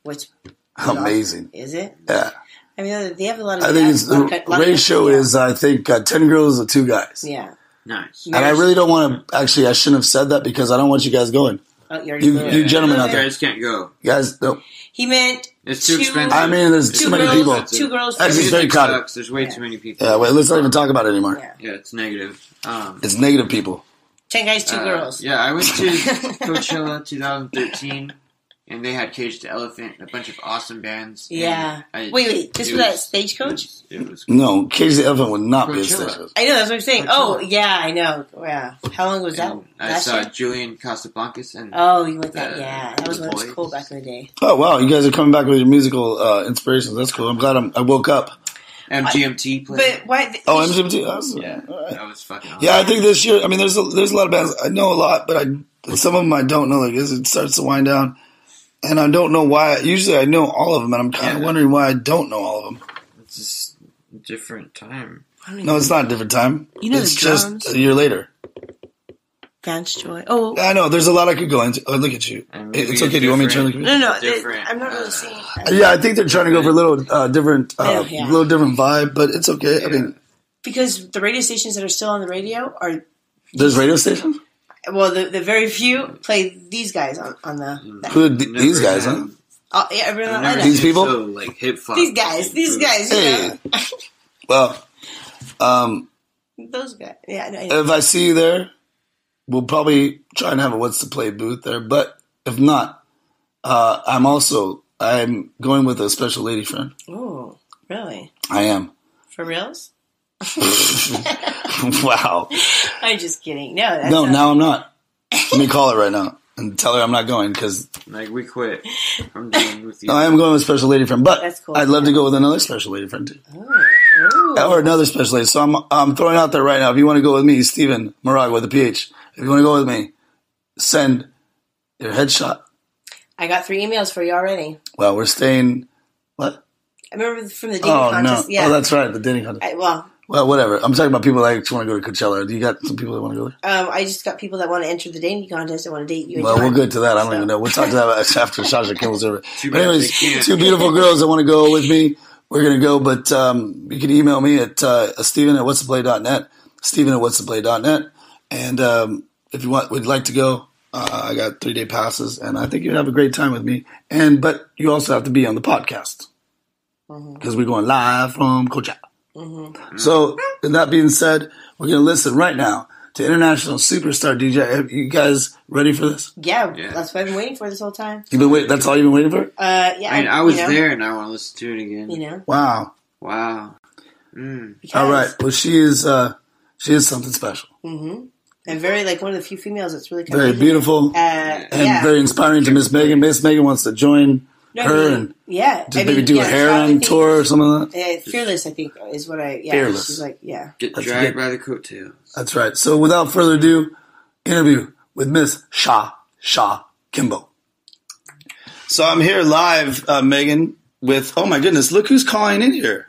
what's Amazing. is it? Yeah. I mean, they have a lot of. I think it's a lot of the cut- lot of ratio cut- yeah. is I think uh, ten girls or two guys. Yeah. Nice. And I really don't want to. Actually, I shouldn't have said that because I don't want you guys going. Oh, you already You, blew it. you gentlemen out You there, guys can't go. guys. No, He meant It's too two, expensive. I mean, there's too two many girls, people. Two girls. That's three just dudes. very crowded. Sucks. There's way too many people. Yeah, wait. Let's not even talk about it anymore. Yeah. Yeah, it's negative. Um, It's negative people. Ten guys, two uh, girls. Yeah, I went to Coachella 2013, and they had Cage the Elephant and a bunch of awesome bands. and Yeah. I- wait, wait. This it was at was- Stagecoach. It was, it was No, Cage the Elephant would not be a Coachella. Stagecoach. I know that's what I'm saying. Coachella. Oh yeah, I know. Yeah. How long was that? and I Last saw year. Julian Casablancas and Oh, you went that? uh, Yeah, that was the when it was boys. cool back in the day. Oh wow, you guys are coming back with your musical uh, inspirations. That's cool. I'm glad I'm, I woke up. MGMT. played. But why? Oh, MGMT. That's, yeah, yeah. that was fucking. Awesome. yeah, I think this year. I mean, there's a, there's a lot of bands I know a lot, but I some of them I don't know. Like as it starts to wind down, and I don't know why. Usually I know all of them, and I'm kind of Yeah. wondering why I don't know all of them. It's just different time. Oh, I don't even No, it's not a different time. You know it's the drums. just a year later. Vance Joy. Oh I know. There's a lot I could go into. Oh, look at you. And It- It's maybe okay. Do you want me to turn? different- the- no, no, Different, I'm not really uh, seeing. Yeah, I think they're trying to go for a little uh, different, uh, Yeah. little different vibe, but it's okay. I mean, because the radio stations that are still on the radio are there's radio stations. well, the, the very few play these guys on, on the. the Who are th- Never these guys? had- Huh? uh, yeah, everyone Mm. I've on never the These seen people? So, like hip hop. These guys, these guys, you Hey. Well, um, know, those guys. Yeah, I know. I know. if I see you there, we'll probably try and have a what's to play booth there. But if not, uh, I'm also I'm going with a special lady friend. Ooh, really? I am. For reals? wow. I'm just kidding. No, that's No, not- now I'm not. Let me call her right now and tell her I'm not going because Like we quit. I'm done with you. I am going with a special lady friend. But That's cool. I'd love to go with another special lady friend too. Ooh. or another special lady. So I'm I'm throwing out there right now. If you want to go with me, Stephen Moraga with a PH. If you want to go with me, send your headshot. I got three emails for you already. Well, we're staying. What? I remember from the dating Oh contest. no! Yeah. Oh, that's right. The Denny contest. I, well, Well, whatever. I'm talking about people that want to go to Coachella. Do you got some people that want to go there? um, I just got people that want to enter the dating contest and want to date you. and Well, John. we'll get to that. I don't So- even know. We'll talk to that after Sasha Kimmel's over. But bad anyways, they can't. two beautiful girls that want to go with me. We're gonna go, but um, you can email me at uh, Stephen at what's to net, Stephen at what's to net, and um, if you want, would like to go. Uh, I got three day passes, and I think you'd have a great time with me. And but you also have to be on the podcast Mm-hmm. because we're going live from Coachella. So, and that being said, we're gonna listen right now to international superstar DJ. You guys ready for this? Yeah, Yeah. that's what I've been waiting for this whole time. You've been wait. That's all you've been waiting for. Uh, yeah, I mean, I was you know, there and I want to listen to it again. You know. Wow. Wow. Mm. Because All right. Well, she is. uh She is something special. I'm very like one of the few females that's really kind Very of- beautiful Uh, and yeah. very inspiring to Miss Megan. Miss Megan wants to join No, I her mean, and yeah, just I maybe mean, do yeah, a hair I on think- tour or something like that. Uh, fearless, I think, is what I. Yeah, Fearless. She's like, yeah. Get That's dragged good. by the coattails. That's right. So, without further ado, interview with Miss Shaw Shaw Kimbo. So I'm here live, uh, Megan. With oh my goodness, look who's calling in here.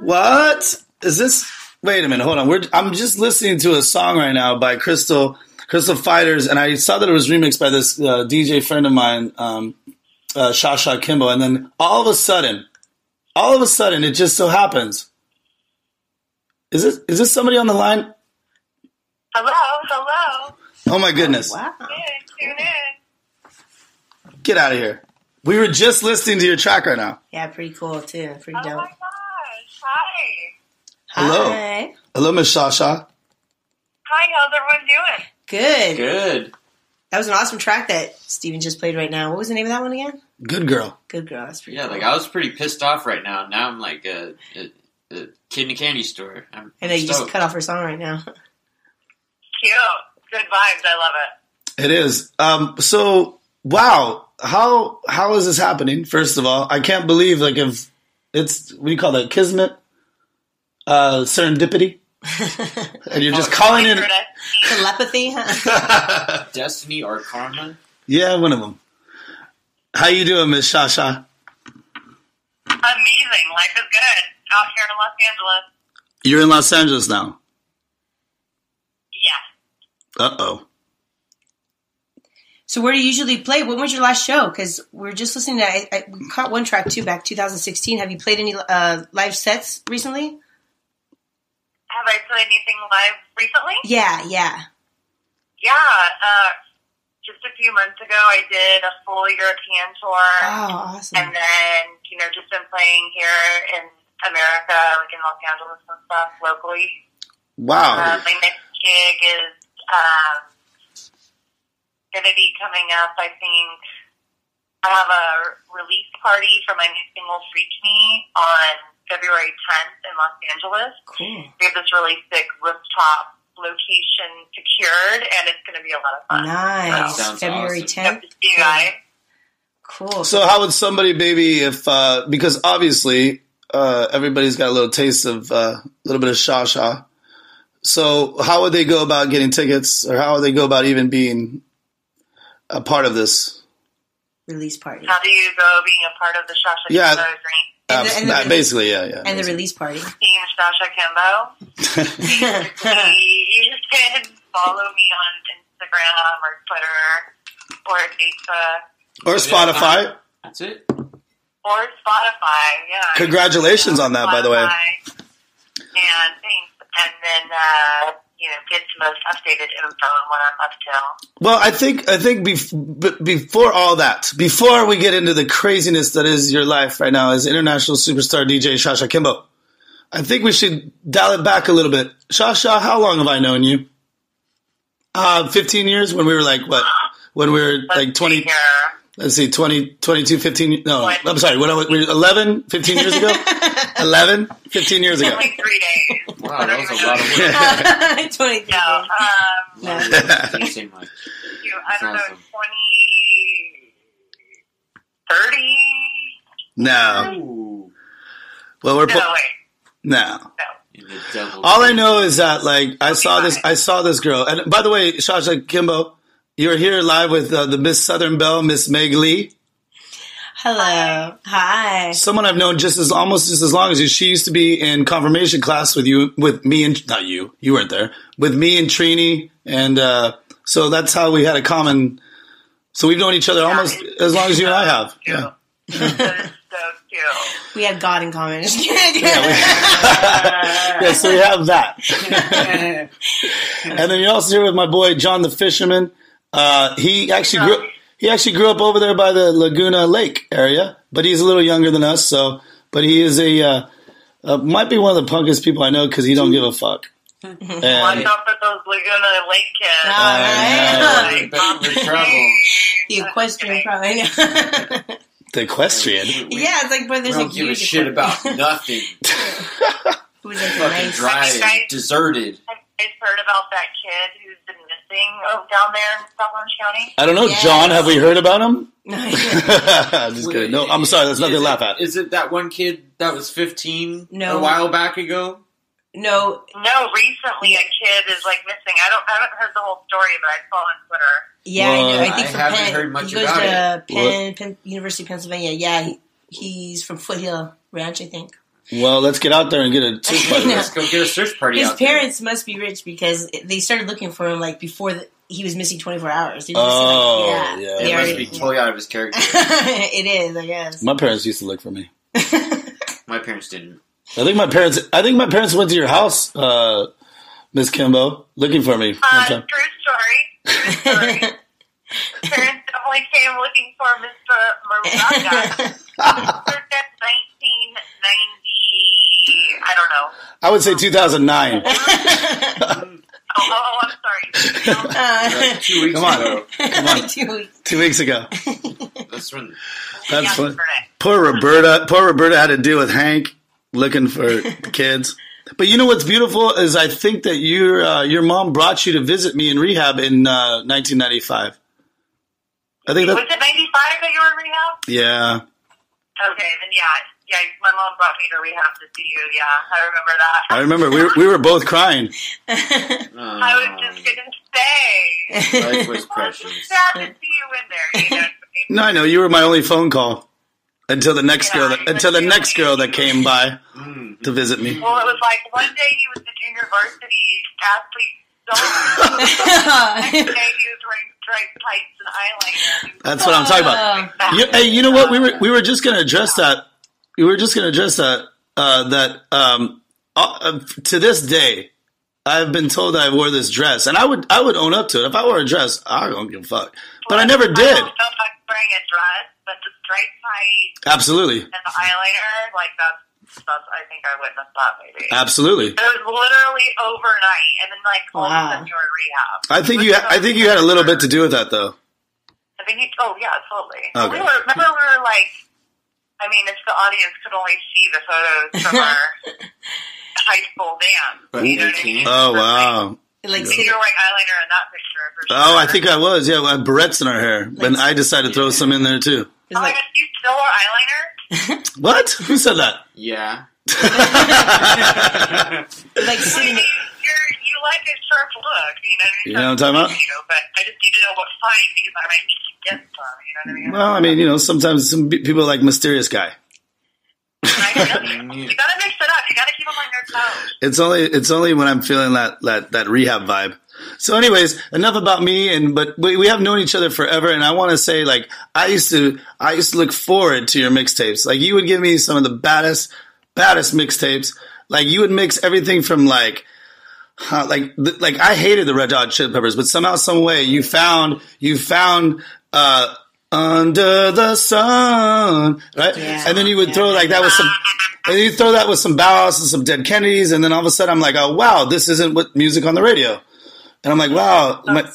What is this? Wait a minute, hold on. We're, I'm just listening to a song right now by Crystal Crystal Fighters, and I saw that it was remixed by this uh, DJ friend of mine, um, uh, Shasha Kimbo. And then all of a sudden, all of a sudden, it just so happens. Is this is this somebody on the line? Hello, hello. Oh my goodness! Wow. Yeah, tune in. Oh Get out of here. We were just listening to your track right now. Yeah, pretty cool too. Pretty Oh dope. my gosh. Hi. Hello. Hi. Hello, Miss Shasha. Hi, how's Good. everyone doing? Good. That was an awesome track that Steven just played right now. What was the name of that one again? Good girl. Good girl. That's pretty Yeah, like cool. I was pretty pissed off right now. Now I'm like a, a, a kid in a candy store. I'm, I know you just stoked. cut off her song right now. Cute. Good vibes. I love it. It is. Um, so wow, how how is this happening? First of all, I can't believe like if it's what do you call that? Kismet, uh, serendipity, and you're just calling in. Paradise. Telepathy, huh? destiny or karma. Yeah, one of them. How you doing, Miss Shasha? Amazing. Life is good. Out here in Los Angeles. You're in Los Angeles now. Yeah. Uh oh. So where do you usually play? When was your last show? Because we're just listening to. I, I we caught one track too back 2016. Have you played any uh, live sets recently? Have I played anything live recently? Yeah, yeah. Yeah. Uh, just a few months ago, I did a full European tour. Oh, awesome. And then, you know, just been playing here in America, like in Los Angeles and stuff, locally. Uh, Wow. my next gig is um, going to be coming up. I think I have a release party for my new single "Freak Me" on February 10th in Los Angeles. cool. We have this really sick rooftop location secured, and it's going to be a lot of fun. Nice. Sounds February awesome. Hope 10th. to see you guys. Cool. So how would somebody maybe if uh, because obviously uh, everybody's got a little taste of uh, a little bit of Shasha. So how would they go about getting tickets, or how would they go about even being a part of this? Release party. How do you go being a part of the Shasha Yeah. Green? And the- and the- Uh, basically, yeah, yeah. and the release party. Team Sasha Kimbo. you can follow me on Instagram or Twitter or Facebook or Spotify. That's it. or Spotify. Yeah. Congratulations on that, by the way. Spotify. And thanks. And then, uh, you know, get the most updated info on what I'm up to. Well, I think I think bef- b- before all that, before we get into the craziness that is your life right now as international superstar DJ Shasha Kimbo, I think we should dial it back a little bit. Shasha, how long have I known you? Uh, 15 years when we were like what? When we were Let's like 20 see here. let's see 20 22 15 no, What? I'm sorry, when I was we were 11 15 years ago? 11 15 years ago. Only three days. Wow, that was a lot of work. Twenty. No, um, No. You seem like- you, I don't know, Awesome. 20, 30? No. Ooh, Well, we're No, po- wait, no. no. in the devil. All I know is that like I saw this I saw this girl. And by the way, Shasha Kimbo, you're here live with uh, the Miss Southern Belle, Miss Meg Lee. Hello. Hi. Someone I've known just as almost just as long as you. She used to be in confirmation class with you with me and not you. You weren't there. With me and Trini and uh, so that's how we had a common so we've known each other almost as long as you and I have. Yeah. Those those two. We have God in common. Just kidding. yeah, so we have that. and then you're also here with my boy John the Fisherman. Uh, he actually grew he actually grew up over there by the Laguna Lake area, but he's a little younger than us. So, but he is a uh, uh, might be one of the punkest people I know because he don't give a fuck. Watch And, out for those Laguna Lake kids. All Oh. right. I bet you were trouble. The equestrian probably. yeah, the equestrian. it's like, but there's I a don't give a huge shit about nothing. It was like Fucking nice. dry Right. and deserted. Have you guys heard about that kid who's been missing oh, down there in South Orange County? I don't know, Yes. John. Have we heard about him? No, I'm just kidding. No, I'm sorry. That's nothing Is to it- laugh at. Is it that one kid that was 15 No. a while back ago? no, No, recently a kid is like missing. I don't, I haven't heard the whole story, but I saw on Twitter. yeah, I know. I Well, think I from haven't Penn, heard much he goes about to it. Penn, Penn University, of Pennsylvania. Yeah, he, he's from Foothill Ranch, I think. Well, let's get out there and get a two No. Let's go get a search party His out there. parents must be rich because they started looking for him like before the, he was missing 24 hours. They were just Oh, like, yeah. they It must already- be totally out of his character. it is, I guess. My parents used to look for me. My parents didn't. I think my parents. I think my parents went to your house, uh, Miss Kimbo, looking for me. one Uh, time. true story. True story. Parents definitely came looking for Mr. Maraga. Circa 1990, I don't know. I would say 2009. Oh, oh, oh I'm sorry. Like two weeks Come on. ago. Two weeks. Two weeks ago. That's when That's Yeah, fun. internet. Poor Roberta. Poor Roberta had to deal with Hank looking for kids. But you know what's beautiful is I think that your uh, your mom brought you to visit me in rehab in uh, 1995. I think Was that it 95 that you were in rehab? yeah. Okay, then yeah, yeah. My mom brought me to rehab to see you. Yeah, I remember that. I remember we were, we were both crying. I was just gonna say, um, life was it's precious. sad to see you in there. You know, what I mean? No, I know you were my only phone call until the next girl. That, until the next girl that came by to visit me. well, it was like one day he was the junior varsity athlete. Next day he was wearing striped tights and eyeliner. That's what I'm talking about. You, hey, you know what? We were we were just going to address that. We were just going to address that. Uh, that um, uh, uh, to this day, I've been told that I wore this dress, and I would I would own up to it. If I wore a dress, I don't give a fuck. But I never I did. don't know if I'm wearing a dress, but the striped tights Absolutely, and the eyeliner, like that's, that's. I think I witnessed that maybe. Uh, absolutely. It was literally overnight, and then like all Wow. of a sudden you were in I rehab. think you ha- I think you had a little bit to do with that, though. I think you. Oh yeah, totally. Okay. We were. Remember, we were like. I mean, if the audience could only see the photos from our high school dance, But you know they what I mean? can't. Oh wow. Like, You were wearing eyeliner in that picture. For sure. Oh, I think I was. Yeah, I had barrettes in our hair, and I decided to throw some in there too. it's Oh my like, gosh, you still wore eyeliner? What? Who said that? Yeah. like I mean, sitting. you're, you like a sharp look, you know what I mean? You know what I'm talking about? You know, but I just need to know what fine because I might need to get some, you know what I mean? Well, I mean, you know, sometimes some pe- people like mysterious guy. I don't know. you gotta mix it up. You gotta keep them on their toes. It's only it's only when I'm feeling that that, that rehab vibe. So, anyways, enough about me. And but we, we have known each other forever, and I want to say like I used to I used to look forward to your mixtapes. Like you would give me some of the baddest baddest mixtapes. Like you would mix everything from like. huh, like, th- like I hated the Red Hot Chili Peppers, but somehow, some way, you found you found uh, under the sun, right? Yeah. And then you would throw like that with some, and you throw that with some Bauhaus and some Dead Kennedys, and then all of a sudden I'm like, oh wow, this isn't what music on the radio, and I'm like, wow, my-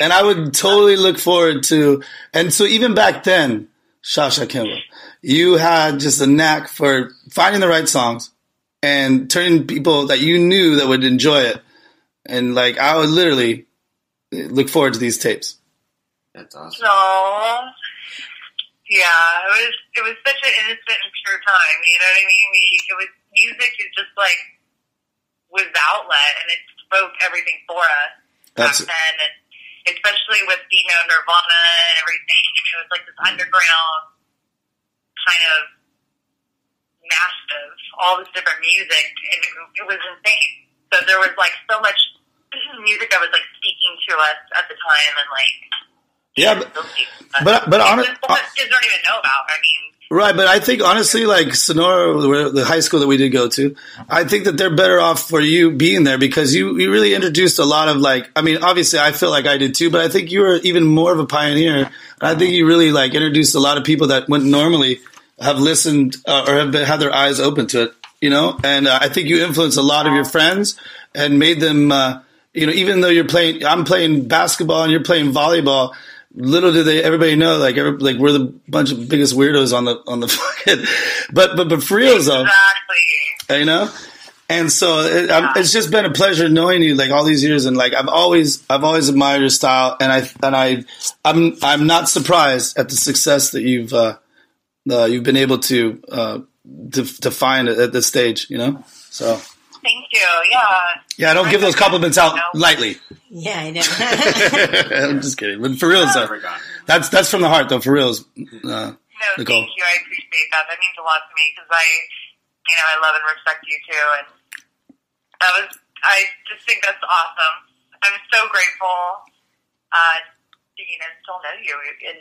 and I would totally look forward to, and so even back then, Shasha Kimball, you had just a knack for finding the right songs and turning people that you knew that would enjoy it, and like I would literally look forward to these tapes. That's awesome. No. Yeah, it was it was such an innocent and pure time. You know what I mean? It was music is just like was the outlet, and it spoke everything for us That's back then, and especially with you know Nirvana and everything. I mean, it was like this underground kind of massive, all this different music, and it, it was insane. So there was like so much music that was like speaking to us at the time, and like yeah. But, But- but honest- It's what kids don't even know about. I mean, Right, but I think honestly, like Sonora, where- the high school that we did go to, I think that they're better off for you being there because you, you really introduced a lot of like, I mean, obviously I feel like I did too, but I think you were even more of a pioneer. I think you really like introduced a lot of people that wouldn't normally have listened uh, or have been, had their eyes open to it, you know? And uh, I think you influenced a lot of your friends and made them, uh, you know, even though you're playing, I'm playing basketball and you're playing volleyball, little did they everybody know like every, like we're the bunch of biggest weirdos on the on the fucking but but but for reals though exactly. you know and so it, I'm, it's just been a pleasure knowing you like all these years and like I've always I've always admired your style and I and I I'm I'm not surprised at the success that you've uh, uh you've been able to uh to, to find at this stage you know so Thank you. Yeah. yeah I don't give those compliments out lightly Yeah, I know. I'm just kidding but for reals though Never gone. that's that's from the heart though for reals uh, No, Nicole. thank you. I appreciate that. That means a lot to me because I, you know, I love and respect you too. And that was, I just think that's awesome. I'm so grateful, uh, to, you know, still know you and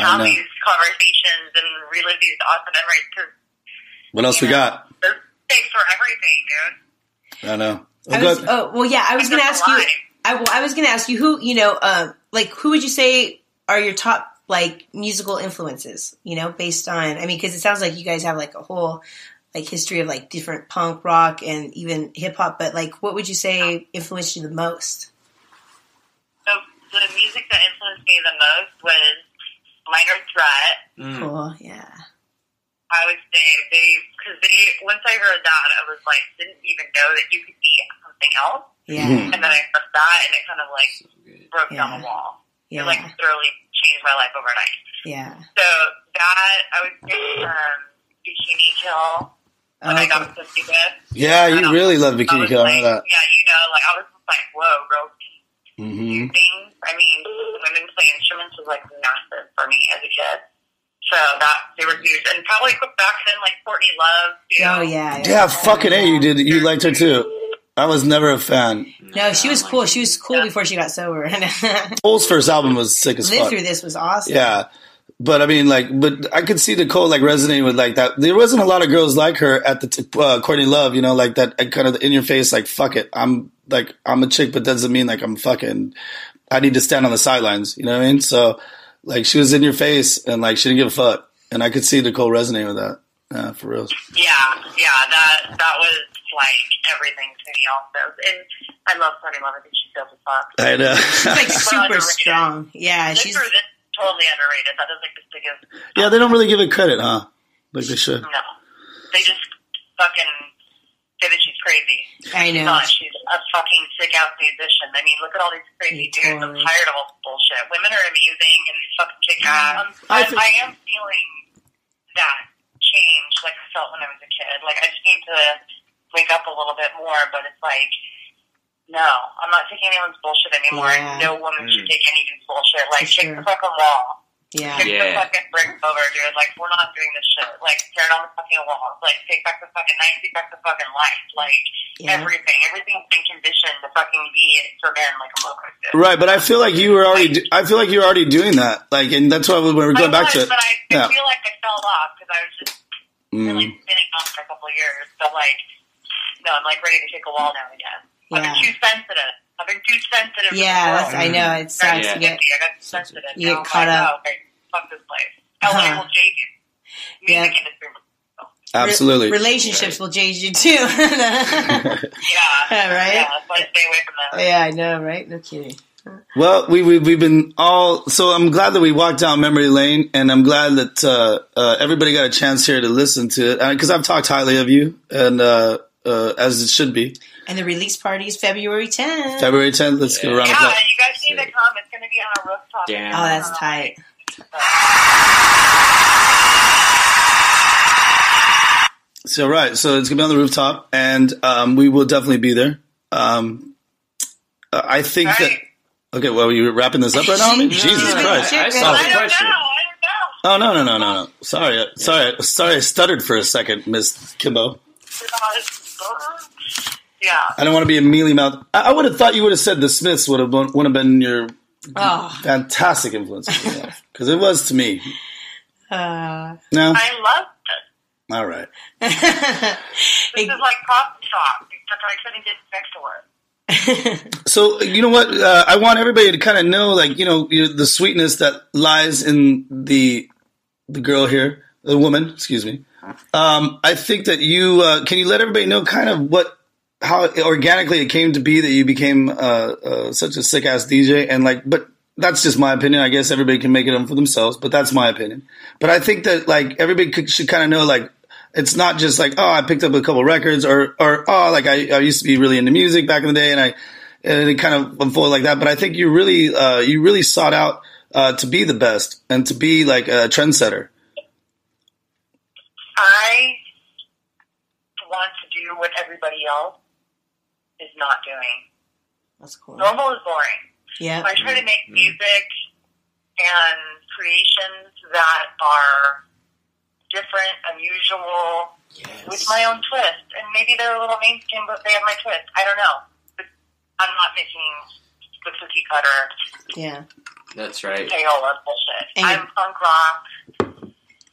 I have know. these conversations and relive these awesome memories because what else we got thanks for everything, dude. I know. I was, oh well, yeah. I was going to ask you. I, well, I was going to ask you who you know, um, like who would you say are your top like musical influences? You know, based on I mean, because it sounds like you guys have like a whole like history of like different punk rock and even hip hop. But like, what would you say influenced you the most? So the music that influenced me the most was Minor Threat. Mm. Cool, yeah. I would say they, because they, once I heard that, I was like, didn't even know that you could be something else. Hmm. Yeah, And then I heard that, and it kind of like broke down the Mm-hmm. Yeah. wall. It like yeah, literally changed my life overnight. yeah. So that, I would say, um, Bikini Kill, when I Oh, got to see this. Yeah, you really love I Bikini was Kill. I like, remember yeah, you know, like I was just like, whoa, bro, that. hmm things. I mean, women play instruments was like massive for me as a kid. So that they were huge, and probably back then, like Courtney Love. Too. Oh yeah, Yeah, fucking a, you did. You liked her too. I was never a fan. No, she was cool. She was cool before she got sober. Cole's first album was sick as Live fuck. through this was awesome. Yeah, but I mean, like, but I could see Nicole like resonating with like that. There wasn't a lot of girls like her at the t- uh, Courtney Love, you know, like that uh, kind of in your face, like fuck it, I'm like I'm a chick, but that doesn't mean like I'm fucking. I need to stand on the sidelines, you know what I mean? So, like, she was in your face and like she didn't give a fuck, and I could see Nicole resonating with that. Yeah, for real. yeah, yeah. That that was like everything to me, also. And I love Courtney Love. I think she's dope as fuck. I know. She's like super underrated. strong. Yeah, This she's or this totally underrated. That doesn't exist again. Yeah, they don't really give it credit, huh? Like they should. No, they just fucking say that she's crazy. I know. not. Oh, She's a fucking sick ass musician. I mean, look at all these crazy Yeah, dudes. I'm totally. tired of all this bullshit. Women are amazing and they fucking kick ass. Um, I I, think- I am feeling that change like I felt when I was a kid. Like, I just need to wake up a little bit more, but it's like, no, I'm not taking anyone's bullshit anymore. Yeah. No woman should take any dude's bullshit. Like, For take sure. the fucking wall. Yeah. Kick Yeah. the fucking bricks over, dude. Like, we're not doing this shit. Like, tear down the fucking walls. Like, take back the fucking night, take back the fucking life. Like, Yeah. everything. Everything's been conditioned to fucking be it for men, like a motherfucker. Right, but I feel like you were already. do- I feel like you're already doing that. Like, and that's why we we're going I back to it. was, But I Yeah. feel like I fell off because I was just really Mm. spinning off for a couple of years. But like, no, I'm like ready to kick a wall now again. I've been Yeah. too sensitive. I've been too sensitive. Yeah, that's, for I know. It sucks. Yeah. You Yeah. get, I got too sensitive. You get Now I'm caught like, up. Uh-huh. Oh, okay, fuck this place. Huh. LA will jade you. Yeah. Music industry. Absolutely. relationships will change you too. yeah, Yeah. Right? Yeah, that's why I stay away from that. I know, right? No kidding. Well, we, we we've been all so. I'm glad that we walked down memory lane, and I'm glad that uh, uh, everybody got a chance here to listen to it because I've talked highly of you, and uh, uh, as it should be. And the release party is February 10th. February 10th. Let's give a round of Yeah, applause. you guys need to come. It's going to be on a rooftop. Damn. Oh, that's tight. So right, so it's gonna be on the rooftop, and um, we will definitely be there. Um, uh, I think Right. that. Okay, well, you're wrapping this up right now, I mean? Jesus Yeah. Christ! I, I Oh, saw the I don't question. know. I don't know. Oh no no no no no! Sorry, uh, sorry, sorry. I stuttered for a second, Miss Kimbo. Yeah. I don't want to be a mealy mouth. I, I would have thought you would have said the Smiths would have been, would have been your Oh, fantastic influence because it was to me. uh, No, I love this. all right. This is like pop talk, except I couldn't get next to it. So you know what? Uh, I want everybody to kind of know, like you know, you the sweetness that lies in the the girl here, the woman. Excuse me. Um, I think that you uh, can you let everybody know kind of what how organically it came to be that you became uh, uh, such a sick ass DJ and like, but that's just my opinion. I guess everybody can make it up for themselves, but that's my opinion. But I think that like everybody could, should kind of know like it's not just like oh I picked up a couple records or or oh like I, I used to be really into music back in the day and I and it kind of unfolded like that. But I think you really uh, you really sought out uh, to be the best and to be like a trendsetter. I want to do what everybody else is not doing. that's cool. Normal is boring. Yeah. I try to make music and creations that are different, unusual, with my own twist. And maybe they're a little mainstream, but they have my twist. I don't know. But I'm not making the cookie cutter Yeah. That's right. payola bullshit. And you- I'm punk rock.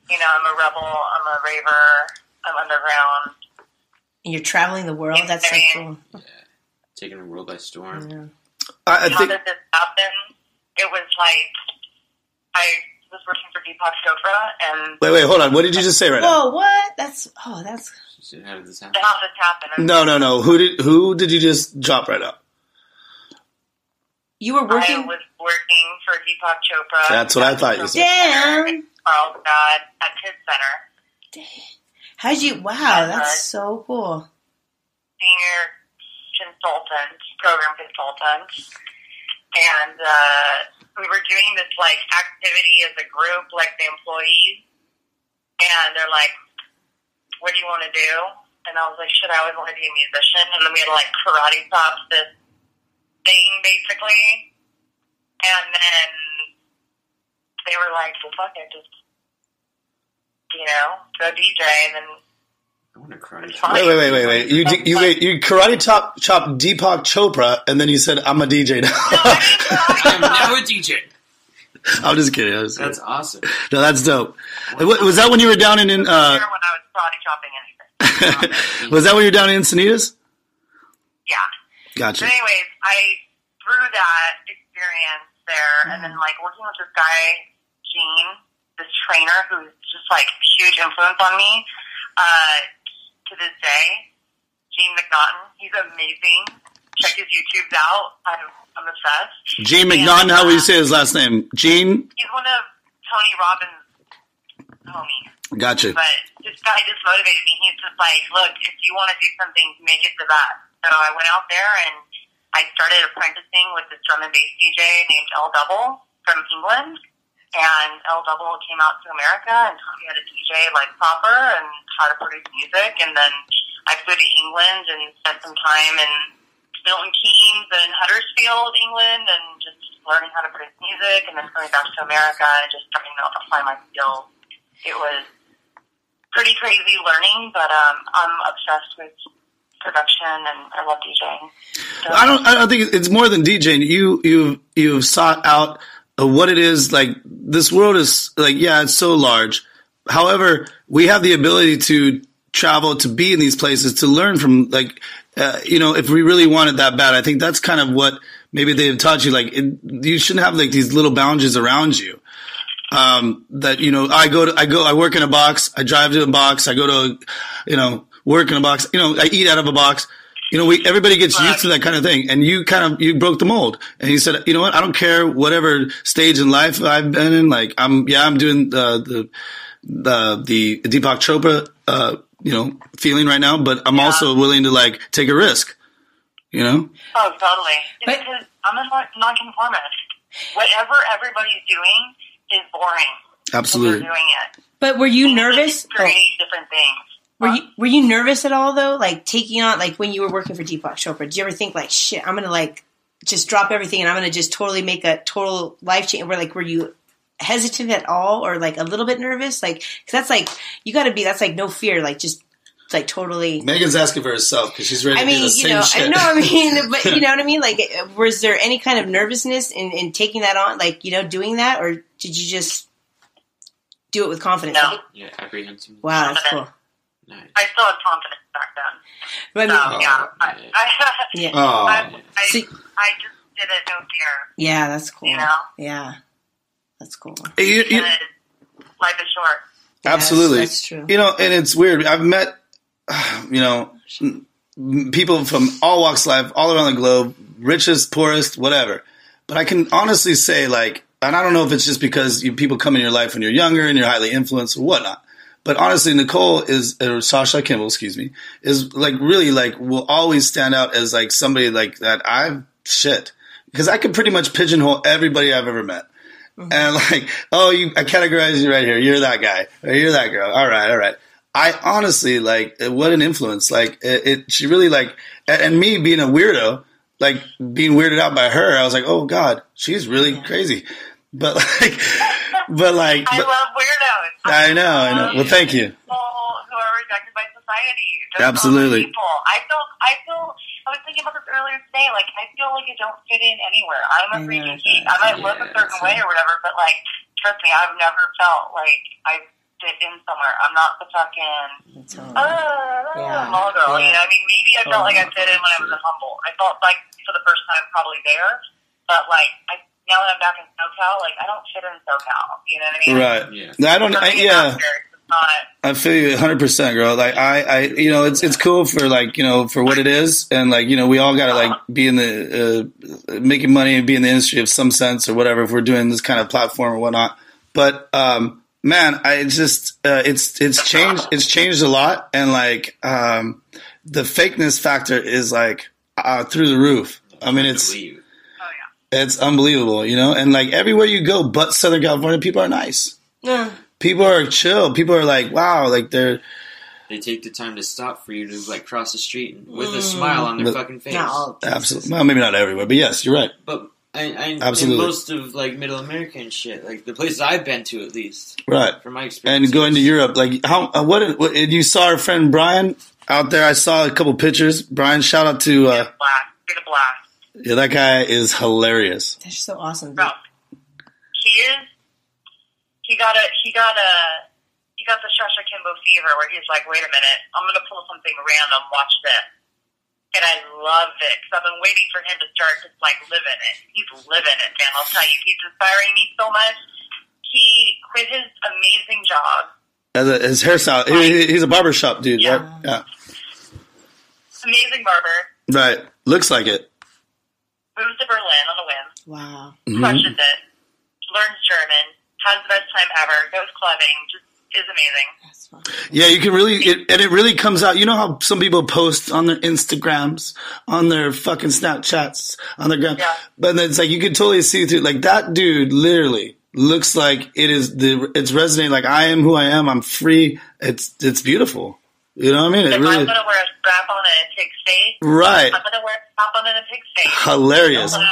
You know, I'm a rebel. I'm a raver. I'm underground. And you're traveling the world. That's so cool. Taking the world by storm. Yeah. I, I How think did this happen? It was like I was working for Deepak Chopra, and wait wait hold on. What did you just say right now? Whoa, what? That's, oh, that's, So How did this happen? how this happened? And No no no. Who did who did you just drop right now? you were I working. was working for Deepak Chopra. That's what I thought you said. Damn. Carl God at his center, How'd you, wow, that's so cool. senior consultant, program consultant, and uh, we were doing this like activity as a group, like the employees, and they're like, "What do you want to do?" And I was like, "Shit, I always want to be a musician." And then we had to, like karate chop this thing basically, and then they were like, "Well, fuck it, just you know, go DJ." And then I want to cry. it's fine. Wait wait wait wait wait. You di- you wait you karate chop chop Deepak Chopra and then you said I'm a DJ No, now. I didn't karate I'm now a DJ. I'm just kidding. I'm just kidding. That's awesome. no, that's dope. Wa- Was that when you were down in, in uh, there when I was karate chopping anything. was that when you were down in Encinitas? Yeah. Gotcha. But anyways, I through that experience there, and then like working with this guy, Gene, this trainer who's just like huge influence on me uh, to this day. Gene McNaughton, he's amazing. Check his YouTube's out. I'm, I'm obsessed. Gene McNaughton. How would you say his last name? Gene. He's one of Tony Robbins' homies. Gotcha. But this guy just motivated me. He's just like, look, if you want to do something, make it the best. So I went out there and I started apprenticing with this drum and bass DJ named L Double from England. And L Double came out to America and taught me how to DJ like proper and how to produce music. And then I flew to England and spent some time in Milton Keynes and Huddersfield, England, and just learning how to produce music, and then coming back to America and just starting to apply my skills. It was pretty crazy learning, but um, I'm obsessed with production and I love DJing. So, I don't. I don't think it's more than DJing. You you you've sought out uh, what it is like. This world is like yeah, it's so large. However, we have the ability to travel, to be in these places, to learn from like uh, you know, if we really want it that bad. I think that's kind of what maybe they've taught you. Like it, you shouldn't have like these little boundaries around you. Um, that you know, I go to, I go, I work in a box, I drive to a box, I go to, you know, work in a box, you know, I eat out of a box. You know, we, everybody gets used to that kind of thing. And you kind of, you broke the mold. And you said, you know what? I don't care whatever stage in life I've been in. Like, I'm, yeah, I'm doing uh, the, the, the Deepak Chopra, uh, you know, feeling right now, but I'm also willing to like take a risk, you know? oh, totally. But- It's because I'm a non- nonconformist. Whatever everybody's doing is boring. They're Absolutely. doing it. But were you nervous? Oh, Creating different things. Uh, were you were you nervous at all though? Like taking on like when you were working for Deepak Chopra, did you ever think like shit? I'm gonna like just drop everything and I'm gonna just totally make a total life change. Where like were you hesitant at all or like a little bit nervous? Like 'cause that's like you got to be that's like no fear, like just like totally. Megan's asking for herself because she's ready I to do mean, the you same know, shit. I know. I mean, but you know what I mean. Like, uh, was there any kind of nervousness in, in taking that on? Like, you know, doing that, or did you just do it with confidence? No. Yeah, apprehensive. Wow, that's cool. Nice. I still had confidence back then. But I So, mean, yeah. I, I, yeah, I, Oh, I, See- I just did it oh no fear, yeah, that's cool. you know? Yeah, that's cool. You- you- Because life is short. absolutely. that's true. You know, and it's weird. I've met, you know, m- people from all walks of life, all around the globe, richest, poorest, whatever. But I can honestly say, like, and I don't know if it's just because you, people come in your life when you're younger and you're highly influenced or whatnot. But honestly, Nicole is or Sasha Kimball, excuse me, is like really like will always stand out as like somebody like that. I've shit because I could pretty much pigeonhole everybody I've ever met. Mm-hmm. And like, oh, you, I categorize you right here. You're that guy. Or you're that girl. All right, all right. I honestly like what an influence. Like it, it she really like, and, and me being a weirdo, like being weirded out by her. I was like, oh god, she's really crazy. But like, but like, I but- love weirdos. I know, I know. Well, thank you. people who are rejected by society. Those Absolutely. other People. I feel. I feel. I was thinking about this earlier today. Like I feel like I don't fit in anywhere. I I'm a know, freaking I geek. I might look a yeah, certain it's way or whatever, but like, trust me, I've never felt like I fit in somewhere. I'm not the fucking That's all. uh, Yeah, mall girl. You yeah. know. I mean, maybe I felt Oh, like I fit in when I was in humble. I felt like for the first time probably there, but like I. Now that I'm back in SoCal, like I don't fit in SoCal. You know what I mean? Right. Yeah. No, I don't. For I, me, it's yeah. not fair. It's not. I feel you 100, percent girl. Like I, I, you know, it's it's cool for like you know for what it is, and like you know we all gotta like be in the uh, making money and be in the industry of some sense or whatever if we're doing this kind of platform or whatnot. But um, man, I just uh, it's it's changed it's changed a lot, and like um, the fakeness factor is like uh, through the roof. I mean, it's Leave. Oh yeah. it's unbelievable, you know, and like everywhere you go, but Southern California, people are nice. Yeah. People are chill. People are like, wow, like they're They take the time to stop for you to like cross the street and, with a Mm. smile on their But- fucking face. Not all. absolutely. Well, maybe not everywhere, but yes, you're right. But I, I Absolutely. in most of like Middle America and shit, like the places I've been to at least, Right. from my experience. And going to Europe, like how uh, what, what and you saw our friend Brian out there. I saw a couple pictures. Brian, shout out to uh, blast. Big blast. yeah, that guy is hilarious. That's so awesome. Bro, he is. He got a. He got a. He got the Shasha Kimbo fever, where he's like, "Wait a minute, I'm gonna pull something random. Watch this." And I love it because I've been waiting for him to start just like living it. He's living it, man. I'll tell you, he's inspiring me so much. He quit his amazing job As a, his hairstyle, he, he's a barbershop dude. Yeah. Right? Yeah, amazing barber, right. Looks like it. moves to Berlin on a whim, Wow. crushes it, learns German, has the best time ever, goes clubbing, just is amazing. That's fun. Yeah, you can really, it, and it really comes out. You know how some people post on their Instagrams, on their fucking Snapchats, on their gram, Yeah. but then it's like you can totally see through. Like that dude, literally looks like it is the. It's resonating. Like I am who I am. I'm free. It's it's beautiful. You know what I mean? It If I'm really gonna wear a strap on and a pig's face, right. I'm gonna wear a strap on and a pig's face. Hilarious, So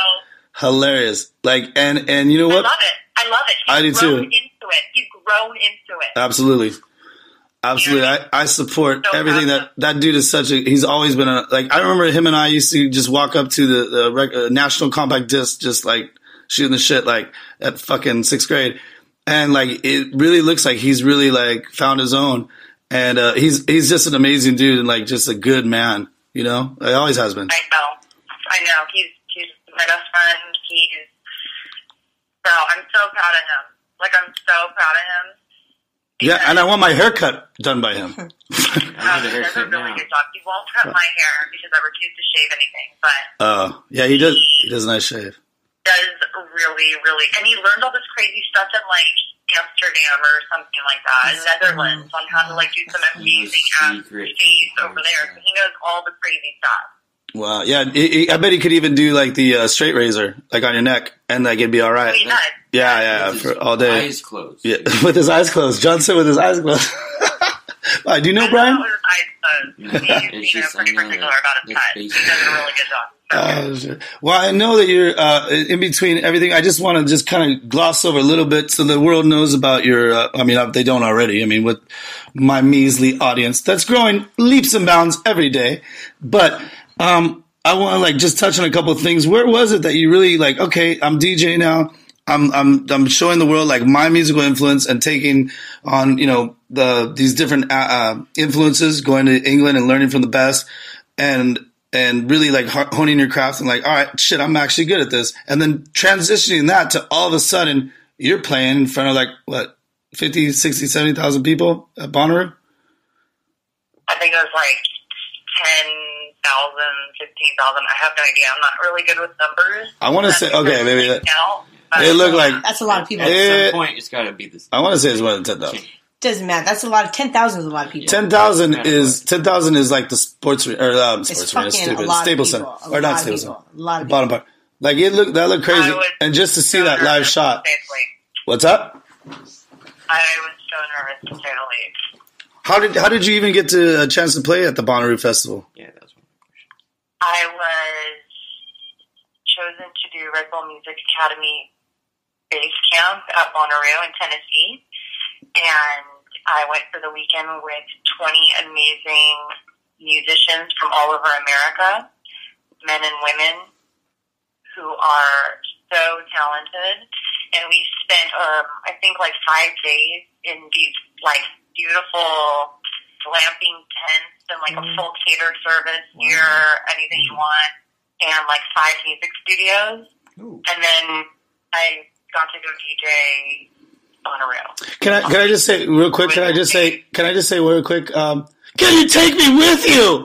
hilarious. Like and and you know I what? love it. I love it. I do You've too. grown Into it. You've grown into it. Absolutely. Absolutely, I, I support So everything that that dude is such a. He's always been a like. I remember him and I used to just walk up to the, the rec, uh, national compact disc, just like shooting the shit, like at fucking sixth grade, and like it really looks like he's really like found his own, and uh, he's he's just an amazing dude and like just a good man, you know. He always has been. I know. I know. He's he's my best friend. He's so I'm so proud of him. Like I'm so proud of him. Yeah, and I want my haircut done by him. I need a Um, he does a haircut really now. good job. He won't cut my hair because I refuse to shave anything, but Uh, yeah, he does. He does a nice shave. does really, really and he learned all this crazy stuff in like Amsterdam or something like that, in Netherlands on how to like do some amazing ass Secret. shades over there. So he knows all the crazy stuff. Wow. Yeah, he, he- I bet he could even do like the uh, straight razor, like on your neck, and like it'd be all right. He does. Yeah, yeah, With his for all day. Eyes closed. Yeah, with his eyes closed. Johnson with his eyes closed. wow, do you know Brian? He's, It's you know, just, I pretty know particular that. about his That's cut. He does a really good job. So, Uh, sure. well, I know that you're uh, in between everything. I just want to just kind of gloss over a little bit so the world knows about your. Uh, I mean, uh, they don't already. I mean, with my measly audience that's growing leaps and bounds every day. But um, I want to like just touch on a couple of things. Where was it that you really like? Okay, I'm DJ now. I'm I'm I'm showing the world like my musical influence and taking on you know the these different uh, uh, influences, going to England and learning from the best, and and really like har- honing your craft and like all right, shit, I'm actually good at this, and then transitioning that to all of a sudden you're playing in front of like what 50, 60, 70,000 people at Bonnaroo. I think it was like 10,000, 15,000. I have no idea. I'm not really good with numbers. I want to say okay, maybe that, it looked looked like That's a lot of people. At Eh. some point, it's got to be this. I want to say it's more than ten thousand. Doesn't matter. That's a lot of ten thousand is a lot of people. Ten thousand Yeah. is ten thousand is like the sports re- or um, it's sports arena, fucking a stupid lot Staples of Center people. A or lot not of Staples Center, people. A lot of people. bottom part. Like it looked that looked crazy, I would- and just to see that live shot. What's up? I was so nervous to say the least. How did how did you even get to a chance to play at the Bonnaroo Festival? Yeah, that was one. I was chosen to do Red Bull Music Academy base camp at Monterey in Tennessee, and I went for the weekend with 20 amazing musicians from all over America, men and women who are so talented, and we spent um, I think like five days in these like beautiful glamping tents and like Mm-hmm. a full cater service here, anything you want, and like five music studios, and then I got to go DJ on a rail. Can I can I just say real quick? Can I just say can I just say real quick? Um, can you take me with you,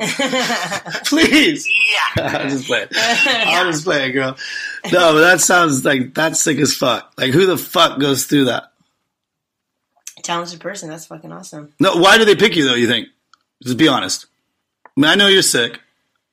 please? Yeah, I'm just playing. I'm just playing, girl. No, but that sounds like that's sick as fuck. Like who the fuck goes through that? Talented person. That's fucking awesome. No, why do they pick you though? You think? Just be honest. I mean, I know you're sick.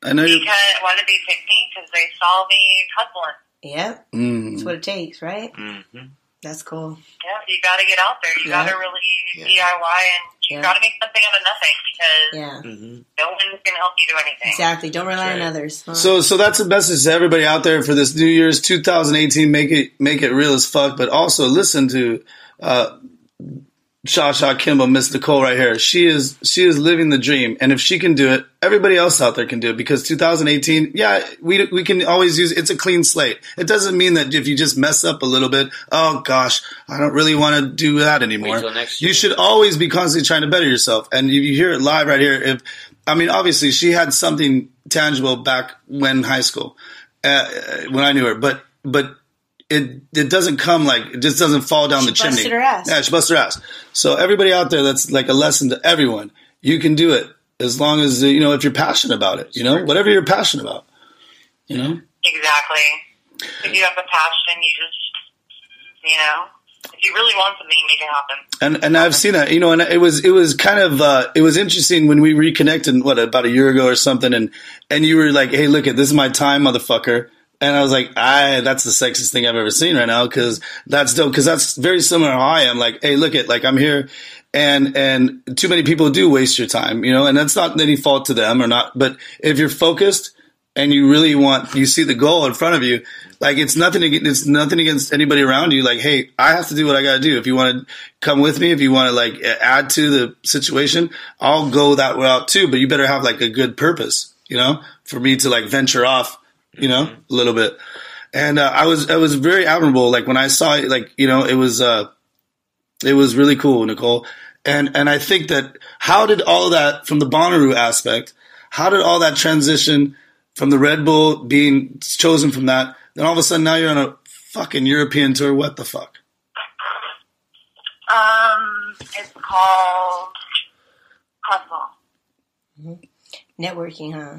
I know you. because why did they pick me? Because they saw me hustling. Yeah, Mm. that's what it takes, right? Mm-hmm. Mhm. That's cool. Yeah, you got to get out there. You Yeah. got to really Yeah. DIY, and you Yeah. got to make something out of nothing because Yeah, no one's going to help you do anything. exactly. Don't rely on Right. others. huh? So, so that's the message to everybody out there for this New Year's 2018. Make it, make it real as fuck, but also listen to uh, Sha Sha Kimba, Miss Nicole right here. She is, she is living the dream, and if she can do it, everybody else out there can do it. Because 2018, yeah, we we can always use. It's a clean slate. It doesn't mean that if you just mess up a little bit, oh gosh, I don't really want to do that anymore. Wait till next You year. should always be constantly trying to better yourself. And you, you hear it live right here. If I mean, obviously, she had something tangible back when high school, uh, uh, when I knew her. But but it it doesn't come like it just doesn't fall down the busted chimney. her ass. Yeah, she busted her ass. So everybody out there, that's like a lesson to everyone. You can do it as long as uh, you know if you're passionate about it. You know, whatever you're passionate about. You know. Exactly. If you have a passion, you just, you know, if you really want something, you make it happen. and and I've seen that, you know, and it was it was kind of uh, it was interesting when we reconnected what about a year ago or something, and and you were like, hey, look at this is my time, motherfucker, and I was like, I that's the sexiest thing I've ever seen right now because that's dope because that's very similar to how I am. Like, hey, look at like I'm here, and and too many people do waste your time, you know, and that's not any fault to them or not. But if you're focused and you really want, you see the goal in front of you, like it's nothing. ag- It's nothing against anybody around you. Like, hey, I have to do what I got to do. If you want to come with me, if you want to like a- add to the situation, I'll go that route too. But you better have like a good purpose, you know, for me to like venture off, you know, a little bit. And uh, I was I was very admirable. Like when I saw it, like you know, it was. uh it was really cool, Nicole. And and I think that how did all that from the Bonnaroo aspect, how did all that transition from the Red Bull being chosen from that, then all of a sudden now you're on a fucking European tour? What the fuck? Um, it's called hustle. Networking, huh?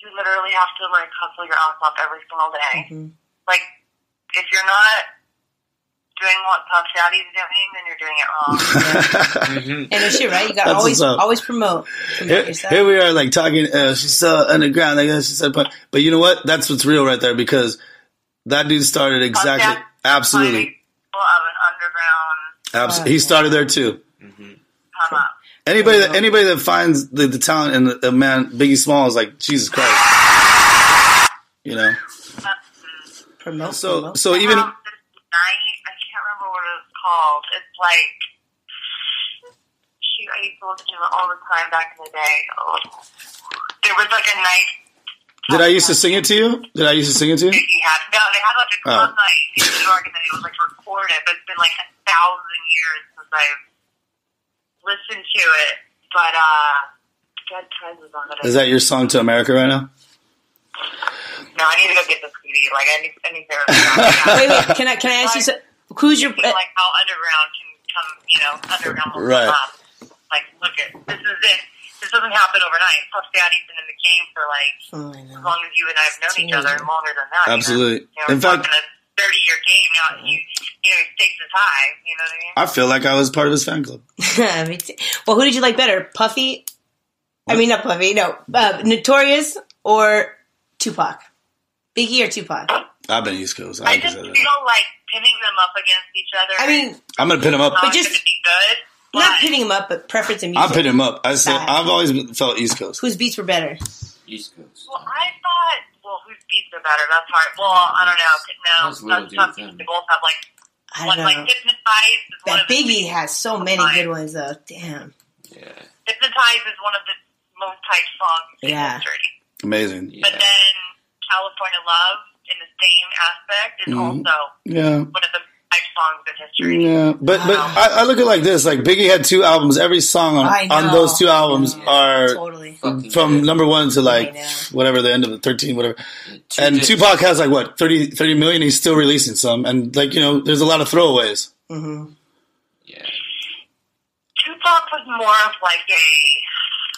You literally have to like hustle your ass off every single day. Like, if you're not doing what Puff Daddy's doing, then you're doing it wrong. And no shit, right? You got That's always what's up. always promote. promote Here, yourself. here we are, like talking. Uh, she's so underground. Like uh, she said, but but you know what? That's what's real right there because that dude started Puff exactly, Daddy's absolutely, full Of an underground absolutely. He started there too. come up. Anybody that anybody that finds the, the talent in the, a man Biggie Small is like Jesus Christ, you know. promote. So promote. so even Um, this night, I can't remember what it was called. It's like, shoot, I used to listen to it all the time back in the day. Oh. There was like a night did I used to sing it to you? Did I used to sing it to you? Biggie had. No, they had like a club Oh. night in New York, and then it was like recorded. But it's been like a thousand years since I've listened to it. But uh, Dead Times was on it. Is that your song to America right now? no, I need to go get the CD. Like I need, I need to. Like wait, wait. Can I can I ask you? So, who's your? uh, how underground can come, you know, underground will Right. come up. Like, look at this is it. This doesn't happen overnight. Puff Daddy's been in the game for like oh, I know. as long as you and I have known each other and longer than that. Absolutely. You know, In in fact- fact, a thirty-year game now. You, you know, stakes is high. You know what I I mean? feel like I was part of his fan club. Me too. well, who did you like better, Puffy? I mean, not Puffy. No, uh, Notorious or Tupac? Biggie or Tupac? I've been East Coast. I I can just say that. feel like pinning them up against each other. I mean, I'm gonna pin him up. not just- going to be good. not but- pitting him up, but preference in music. I'm pinning him up. I said I've always felt East Coast. Whose beats were better? East Coast. Well, I thought, well, whose beats are better? That's hard. Well, I don't know. No, That's little that's tough. dude, because They both have like I one don't know. like hypnotized. Is one that of the- Biggie has so many good ones though. Damn. Yeah. hypnotized is one of the most hyped songs in Yeah. history. Amazing. But Yeah. then California Love in the same aspect is also Yeah. one of the hyped songs in history. Yeah, but but I, I look at it like this: like Biggie had two albums. Every song on, I on know. those two albums are Totally. Fucking from good. number one to like know. whatever the end of the 13 whatever Two and dicks. tupac has like what 30, 30 million he's still releasing some and like you know there's a lot of throwaways Yeah. Tupac was more of like a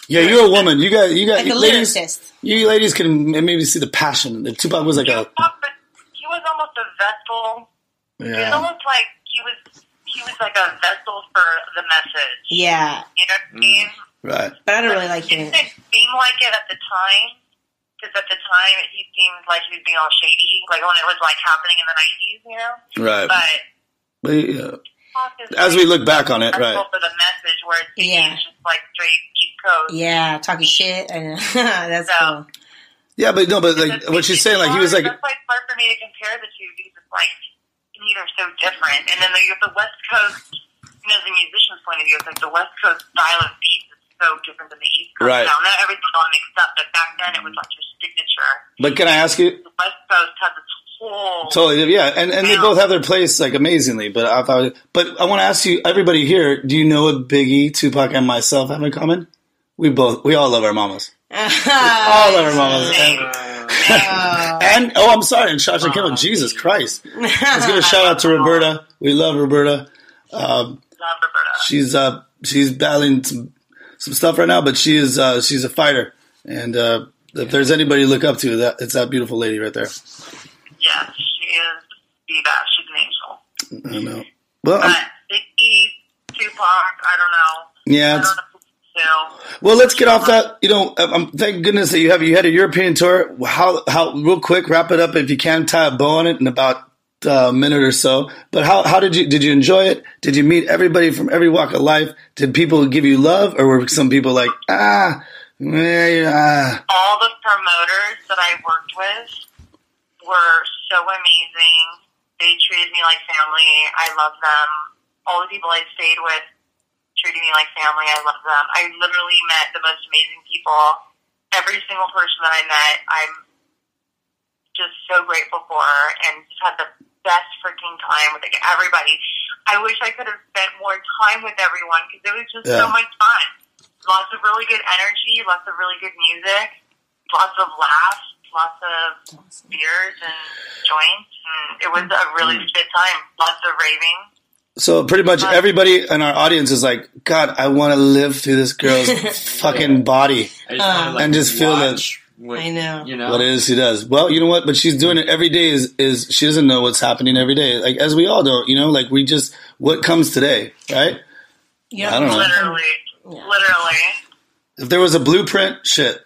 yeah you're a woman you got you got Like a you ladies lyricist. you ladies can maybe see the passion that tupac was like a Tupac, but he was almost a vessel. He was yeah almost like he was he was like a vessel for the message. Yeah, You know what I mean? right but I don't really like him. Didn't it seem like it at the time? Because at the time, he seemed like he was being all shady, like when it was like happening in the nineties, you know. right But But, yeah. Tupac is as we look back on it That's right also the message where it's Yeah. just like straight East Coast. Yeah, talking shit. I know. That's So- cool. yeah but no but like That's- what she's saying like he was like That's why it's hard for me to compare the two because it's like these are so different. And then you have the West Coast, you know, the musician's point of view, it's like the West Coast style of beats is so different than the East Coast Right. style. Now everything's all mixed up, but back then it was like your signature. but can i ask you The West Coast had this whole Totally, yeah, and and they both have their place like amazingly. But I thought, but I want to ask you, everybody here, do you know what Biggie, Tupac, and myself have in common? We both, we all love our mamas, all love our mamas, and, and oh, I'm sorry, and Shasha Kimmel, Jesus Christ, let's give a shout out to Roberta. We love Roberta. love Roberta. She's uh she's battling some some stuff right now, but she is uh she's a fighter, and uh if there's anybody to look up to, that it's that beautiful lady right there. Yeah, she is the best. She's an angel. I don't know. Well, But I'm- Biggie, Tupac, I don't know. yeah, I it's- don't know who to do. Well, let's get off that. You know, um, um, thank goodness that you have you had a European tour. How how real quick, wrap it up if you can. Tie a bow on it in about uh, minute or so. But how how did you did you enjoy it? Did you meet everybody from every walk of life? Did people give you love, or were some people like ah, eh, ah? all the promoters that I worked with were so amazing. They treated me like family. I love them. All the people I stayed with treated me like family. I love them. I literally met the most amazing people. Every single person that I met, I'm just so grateful for and just had the best freaking time with like, everybody. I wish I could have spent more time with everyone because it was just so Yeah. much fun. Lots of really good energy, lots of really good music, lots of laughs, lots of beers and joints. And it was a really good time. Lots of raving. So pretty much Uh, everybody in our audience is like, God, I want to live through this girl's fucking body. I just wanna, like, And just feel that- watch What, Um, I know. You know. What it is she does. Well, you know what? But she's doing it every day. Is is she doesn't know what's happening every day? Like as we all don't, you know. Like we just what comes today, right? Yeah. I don't know. Literally. Literally. If there was a blueprint, shit.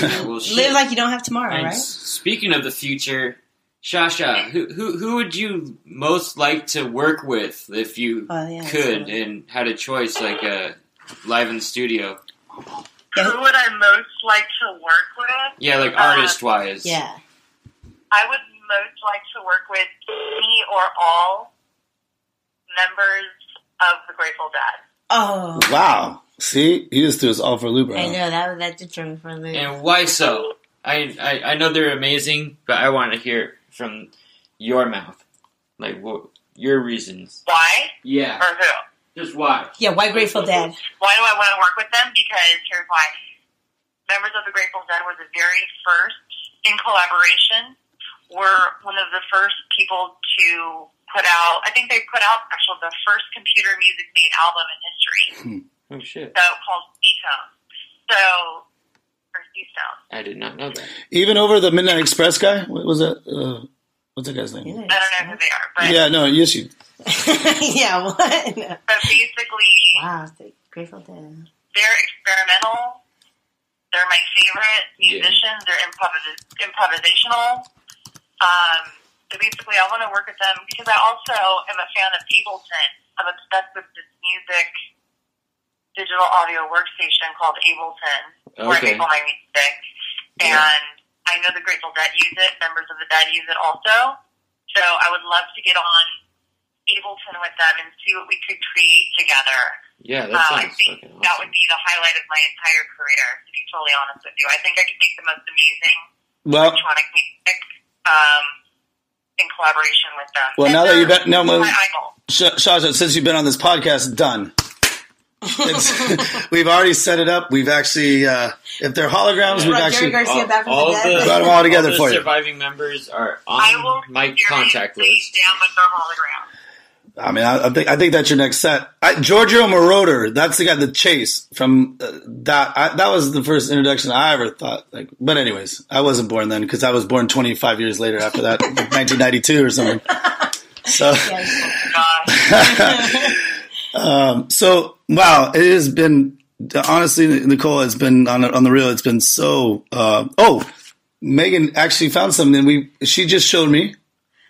Yeah, well, shit. Live like you don't have tomorrow, And s- right? Speaking of the future, Shasha, who, who who would you most like to work with if you Well, Oh, yeah, could so- and had a choice, like uh, live in the studio? Yeah. Who would I most like to work with? Yeah, like Uh, artist wise. Yeah. I would most like to work with any or all members of the Grateful Dead. Oh, Wow. See, he just threw us all for a loop. I Right now. know that that did throw me for a loop. And why so? I, I I know they're amazing, but I want to hear from your mouth, like what your reasons. Why Yeah, or who? just why? Yeah, why Grateful Dead? Why do I want to work with them? Because here's why. Members of the Grateful Dead were the very first, in collaboration, were one of the first people to put out, I think they put out actually the first computer music made album in history, Oh shit! so called Stone. So, or Stone. I did not know that. Even over the Midnight Express guy. What was that? Uh, what's that guy's name? I don't know who they are, but, Yeah. No. Yes, you. yeah, what? No. but basically, Wow, the Grateful Dead. they're experimental. They're my favorite Yeah. musicians. They're improvis- improvisational. Um, so basically, I want to work with them because I also am a fan of Ableton. I'm obsessed with this music digital audio workstation called Ableton, where I Okay. make all my music. Yeah. And I know the Grateful Dead use it. Members of the Dead use it also. So I would love to get on Ableton with them and see what we could create together. Yeah, that Uh, I sounds think fucking that awesome. would be the highlight of my entire career, to be totally honest with you. I think I could make the most amazing Well. electronic music um, in collaboration with them. Well, And now that they're you've got- now- my idol. Sh- Shasha, since you've been on this podcast, done. It's, we've already set it up. We've actually, uh, if they're holograms, we've Brought Jerry actually Garcia back from all the dead. Got 'em all together the for you. Surviving members are I will on Um, my seriously contact list. down with their hologram. I mean, I, I think I think that's your next set. I, Giorgio Moroder, that's the guy, the Chase from uh, that. I, that was the first introduction I ever thought. Like, but anyways, I wasn't born then because I was born 25 years later after that, 1992 or something. So, Gosh, so wow, it has been honestly, Nicole. It's been on on the real. It's been so. Uh, oh, Megan actually found something. We she just showed me.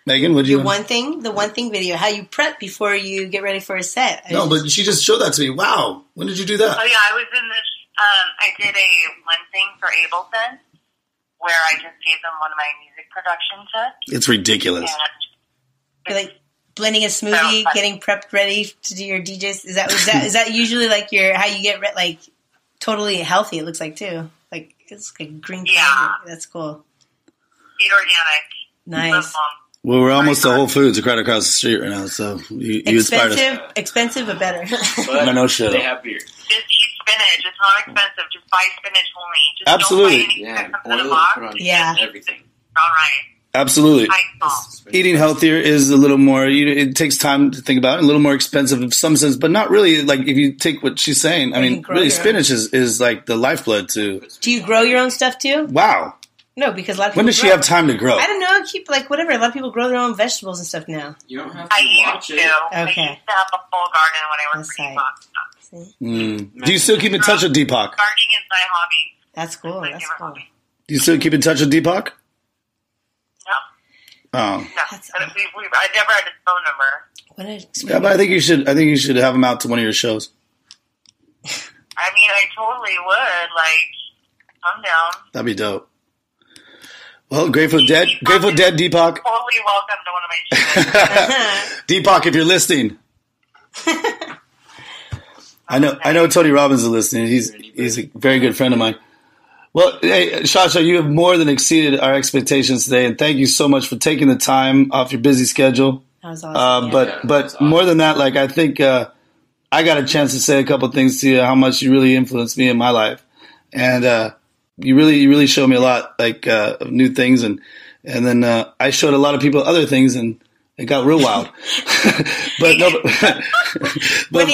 Megan, what do you? The one thing, the one thing video, how you prep before you get ready for a set. I no, just- but she just showed that to me. Wow, when did you do oh that? yeah, I was in this. Um, I did a one thing for Ableton, where I just gave them one of my music production tips, It's ridiculous. and you're like blending a smoothie, getting prepped ready to do your DJs. Is that is that is that usually like your how you get re- like totally healthy? It looks like too. Like it's like green. Yeah. coffee. that's cool. eat organic. Nice. Live long. Well, we're almost to Whole Foods right across the street right now, so you, you inspired us. Expensive, expensive, but better. But no shit. They have beer. Just eat spinach. It's not expensive. Just buy spinach only. Just Absolutely. Don't buy anything Yeah, that comes oil, in a put box. on Yeah. everything. All right. Absolutely. I saw. Eating healthier is a little more, you, it takes time to think about it, a little more expensive in some sense, but not really like if you take what she's saying. I You mean, can grow really, your own. spinach is, is like the lifeblood to, do you grow your own stuff too? wow. No, because a lot of people When does she grow- have time to grow? I don't know. Keep like whatever. A lot of people grow their own vegetables and stuff now. You don't have to I used watch to. it. I Okay. used to have a full garden when I worked That's for right. Epoch. See, Mm. Do you still keep in touch with Deepak? Gardening is my hobby. Oh, that's cool. my That's favorite cool. hobby. Do you still keep in touch with Deepak? No. Oh. No, That's I, we, we, I never had his phone number. What an Yeah, experience. but I think you should. I think you should have him out to one of your shows. I mean, I totally would. Like, I'm down. That'd be dope. Well, Grateful Dead, Grateful Dead, Deepak, Totally welcome to one of my shows. Deepak, if you're listening. I know, I know. Tony Robbins is listening. He's he's a very good friend of mine. Well, hey, Shasha, you have more than exceeded our expectations today, and thank you so much for taking the time off your busy schedule. That was Uh, awesome. yeah. but Yeah, but that's awesome. more than that, like I think uh, I got a chance to say a couple things to you. How much you really influenced me in my life, and uh, you really you really showed me a lot like uh, of new things, and and then uh, I showed a lot of people other things, and it got real wild. but no, but, when he,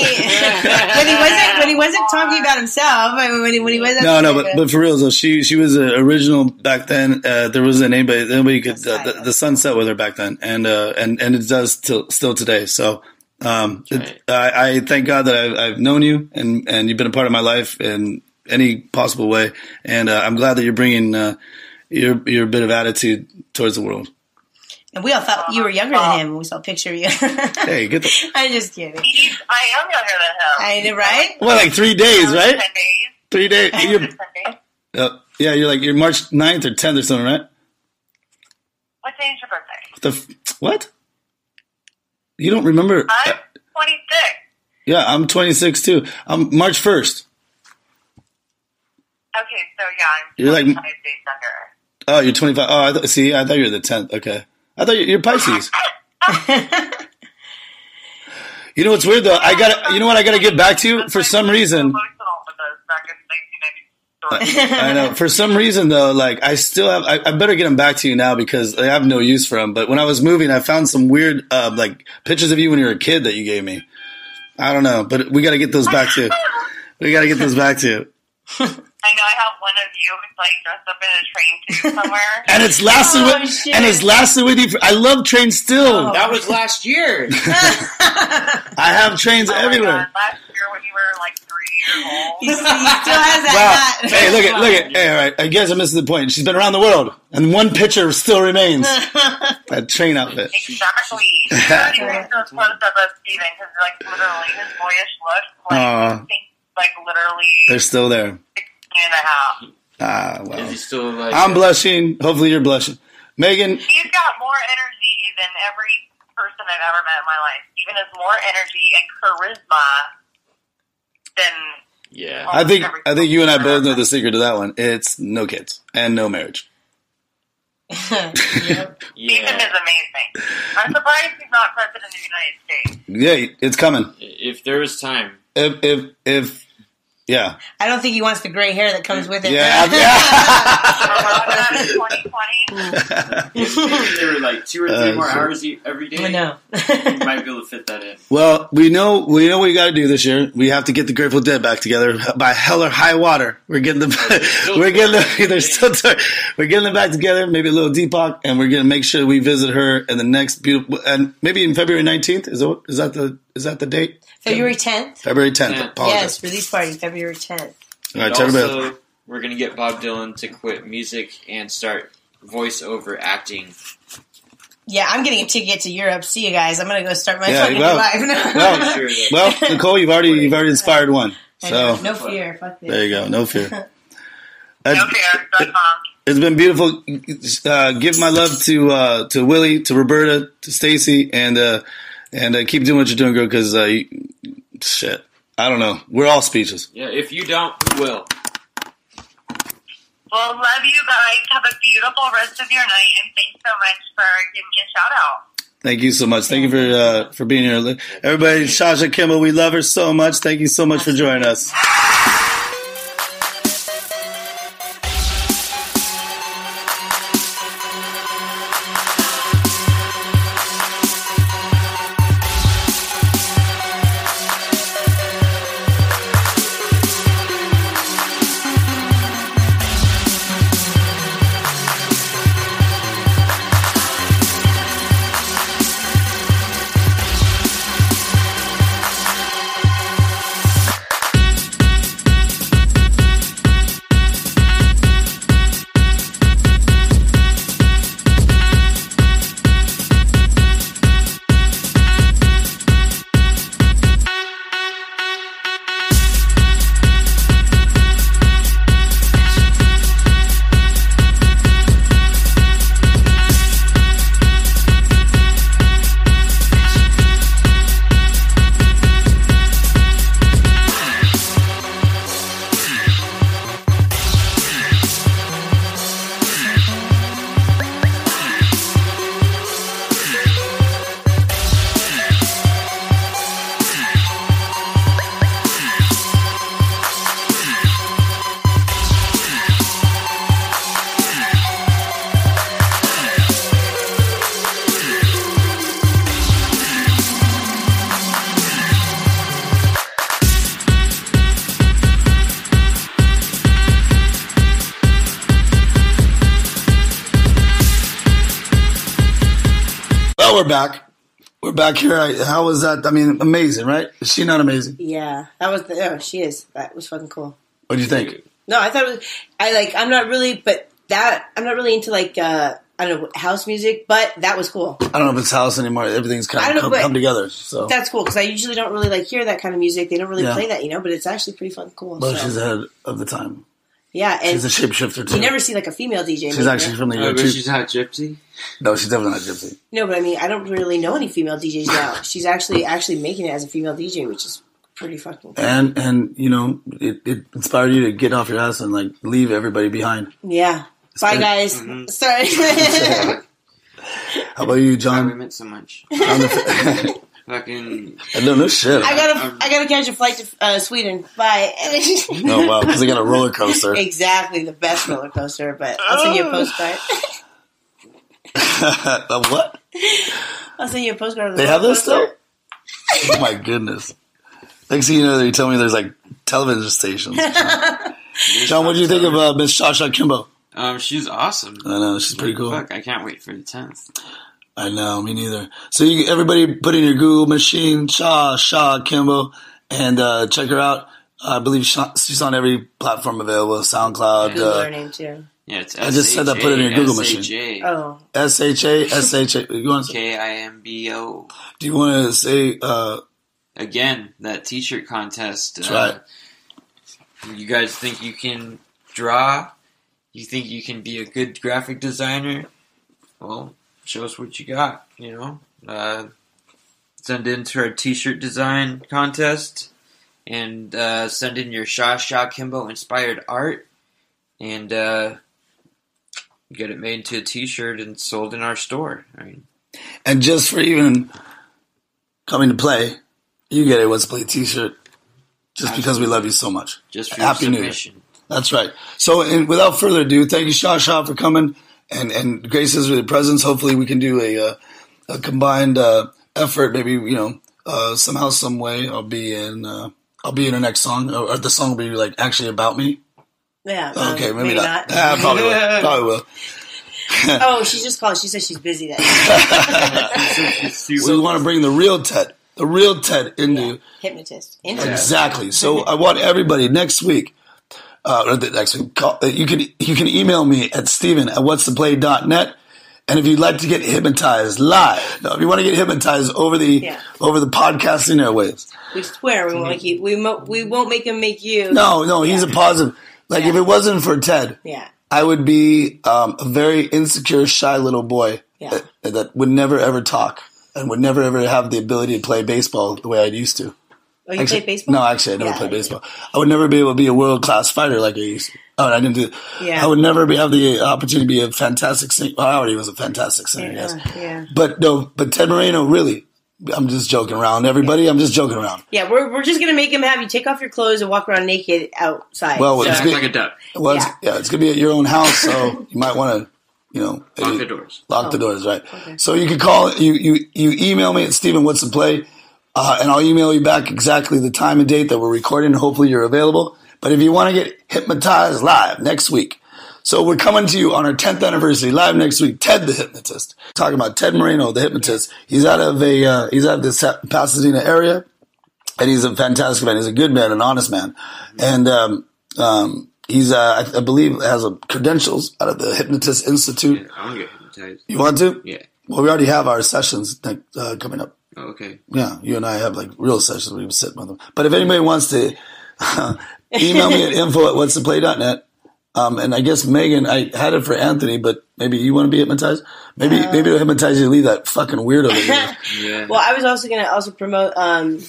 when he wasn't when he wasn't talking about himself, I mean, when he when he wasn't no, no, but, but for real though, she she was an original back then. Uh, there wasn't anybody nobody could uh, the, the sun set with her back then, and uh, and and it does till still today. So um, it, I, I thank God that I, I've known you and and you've been a part of my life in any possible way, and uh, I'm glad that you're bringing uh, your your bit of attitude towards the world. and we all thought you were younger Uh, than him when we saw a picture of you. Hey, get the I'm just kidding. He's- I am younger than him. I know, right? well, like three days, right? Ten days. Three days. You're, Ten days. uh, yeah, you're like you're March 9th or 10th or something, right? What day is your birthday? The f- what? You don't remember? I'm 26. Yeah, I'm 26 too. I'm March 1st. Okay, so yeah, I'm You're like- 25 days younger. Oh, you're 25. Oh, I th- see. I thought you were the 10th. Okay, I thought you- you're Pisces. you know what's weird though? I got. to You know what? I got to get back to you for some reason. Uh, Emotional with us back in 1993. I know. For some reason though, like I still have. I, I better get them back to you now because I have no use for them. But when I was moving, I found some weird uh, like pictures of you when you were a kid that you gave me. I don't know, but we got to get those back to you. We got to get those back to you. I know I have one of you who's like dressed up in a train suit somewhere. And it's lasted Oh, with shit. and it's lasted with you. For, I love trains still. That was last year. I have trains Oh my everywhere. God, Last year when you were like three years old. He, he still has Wow. that. hat. Hey, look at look at. Hey, all right. I guess I'm missing the point. She's been around the world, and one picture still remains. that train outfit. Exactly. Everybody brings those photos up of Steven because, like, literally his boyish look, like, Aw. think, like literally They're still there. 16 and a half. Ah, Is well. he still like? I'm blushing. Hopefully, you're blushing, Megan. He's got more energy than every person I've ever met in my life. Steven has more energy and charisma than. yeah. I think I think you and I both know the secret to that one. It's no kids and no marriage. Steven Yeah. is amazing. I'm surprised he's not president of the United States. Yeah, it's coming. If there was time, If if if yeah I don't think he wants the gray hair that comes with it. yeah yeah. Around 2020. if maybe there were like two or three Uh, more so- hours e- every day, I know. you might be able to fit that in. Well, we know we know what we got to do this year. We have to get the Grateful Dead back together by hell or high water. We're getting the still we're getting the, touring. they're still touring. we're getting them back together. Maybe a little Deepak, and we're gonna make sure we visit her in the next beautiful and maybe in February nineteenth. Is that is that the is that the date? February 10th. February tenth. Yeah. Yes, Apologize. release party February 10th. All right, And to everybody. also, we're gonna get Bob Dylan to quit music and start voiceover acting. Yeah, I'm getting a ticket to Europe. See you guys. I'm gonna go start my Yeah, fucking you go. life. No, Well, Sure that- well, Nicole, you've already you've already inspired one. I know. So no fear. Fuck this. there you go. No fear. That's- No fear. dot com. It's been beautiful. Uh, give my love to uh, to Willie, to Roberta, to Stacy, and uh, and uh, keep doing what you're doing, girl. Because uh, you- shit, I don't know. We're all speechless. Yeah. If you don't, we will. Well, love you guys. Have a beautiful rest of your night, and thanks so much for giving me a shout out. Thank you so much. Thank you for uh, for being here, everybody. Shasha Kimball, we love her so much. Thank you so much for joining us. Now we're back. We're back here. I, how was that? I mean, amazing, right? Is she not amazing? Yeah, that was the. Oh, she is. That was fucking cool. What do you think? No, I thought it was. I like. I'm not really, but that I'm not really into like. uh I don't know house music, but that was cool. I don't know if it's house anymore. Everything's I kind don't of know, come, but come together. So, That's cool because I usually don't really like hear that kind of music. They don't really Yeah. play that, you know. But it's actually pretty fucking cool. well, so. she's ahead of the time. yeah, and She's a shapeshifter too. you never see like a female DJ. she's maybe, actually right? from the Oh, year but two. she's not gypsy. No, she's definitely not gypsy. no, but I mean, I don't really know any female DJs now. She's actually actually making it as a female DJ, which is pretty fucking. Cool. And and you know, it, it inspired you to get off your ass and like leave everybody behind. Yeah. Bye, good. Mm-hmm. guys. Sorry. How about you, Why we John? meant so much. Um, I'm the- Fucking I don't know shit. I gotta, I gotta catch a flight to uh, Sweden. Bye. oh wow, because I got a roller coaster. exactly the best roller coaster, but I'll send you a postcard. Uh, what? I'll send you a postcard. Of the They have roller this still? coaster. Oh my goodness. Next thing you know, you tell me there's like television stations. John, what do you think of uh, Miss Shasha Kimbo? um, she's awesome. I know she's pretty cool. Fuck, I can't wait for the tenth. I know, me neither. So you, everybody, put in your Google machine, Shaw Shaw Kimbo, and uh, check her out. I believe Sha- she's on every platform available: SoundCloud, Google her uh, name too. Yeah, it's I just said that, put it in your Google machine. Oh, S H A S H A. You want? to- K I M B O. Do you want to say? Uh, Again, that T-shirt contest. That's right. You guys think you can draw? You think you can be a good graphic designer? Well, show us what you got. You know, uh, send in to our T-shirt design contest, and uh, send in your Shaw Shaw Kimbo inspired art, and uh, get it made into a T-shirt and sold in our store. I mean, and just for even coming to play, you get a Let's Play T-shirt. Just because we love you so much. just for Happy your New Year. submission. That's right. So, and without further ado, thank you, Shaw Shaw, for coming and and graces with your presence. Hopefully, we can do a uh, a combined uh, effort. Maybe you know uh, somehow, some way, I'll be in. Uh, I'll be in her next song, or, or the song will be like actually about me. yeah. Uh, um, Okay, maybe, not. Ah, probably will. Probably will. oh, she just called. She said she's busy. That day. So we want to bring the real Ted, the real Ted, into. hypnotist. Interesting. Exactly. So I want everybody next week, uh, or the next week, call, uh, you can you can email me at Steven at what's the play dot net. And if you'd like to get hypnotized live, no, if you want to get hypnotized over the Yeah. over the podcasting airwaves, We swear we won't make you. We mo- we won't make him make you. no, no, he's a positive. Like if it wasn't for Ted, Yeah. I would be um, a very insecure, shy little boy Yeah. that, that would never ever talk and would never ever have the ability to play baseball the way I used to. Oh, you Actually- play baseball? No, actually, I never Yeah. played baseball. I would never be able to be a world class fighter like I used. to. Oh, I didn't do. Yeah. I would never be have the opportunity to be a fantastic singer. Well, I already was a fantastic singer, yes. Yeah. yeah. But no, but Ted Moreno, really, I'm just joking around. Everybody, I'm just joking around. Yeah, we're, we're just gonna make him have you take off your clothes and walk around naked outside. Well, So- it's Act good. like a duck. Well, it's, yeah, it's gonna be at your own house, so you might want to, you know, Lock maybe- the doors. Oh. Lock the doors, right? So you can call you you you email me at Stephen What's the Play, uh, and I'll email you back exactly the time and date that we're recording. Hopefully, you're available. But if you want to get hypnotized live next week, so we're coming to you on our 10th anniversary live next week. Ted the hypnotist, talking about Ted Moreno, the hypnotist. He's out of a uh, he's out of the Pasadena area and he's a fantastic man. He's a good man, an honest man, and um, um, he's uh, I, I believe has a credentials out of the Hypnotist Institute. I'm gonna get hypnotized. You want to? Yeah. Well, we already have our sessions like, uh, coming up. Oh, okay. Yeah, you and I have like real sessions where we sit with them. But if anybody wants to uh, email me at info at what's the play dot net. Um, and I guess Megan, I had it for Anthony, but maybe you want to be hypnotized. Maybe maybe it'll hypnotize you to leave that fucking weirdo. that you're with. Yeah. Well, I was also going to also promote um,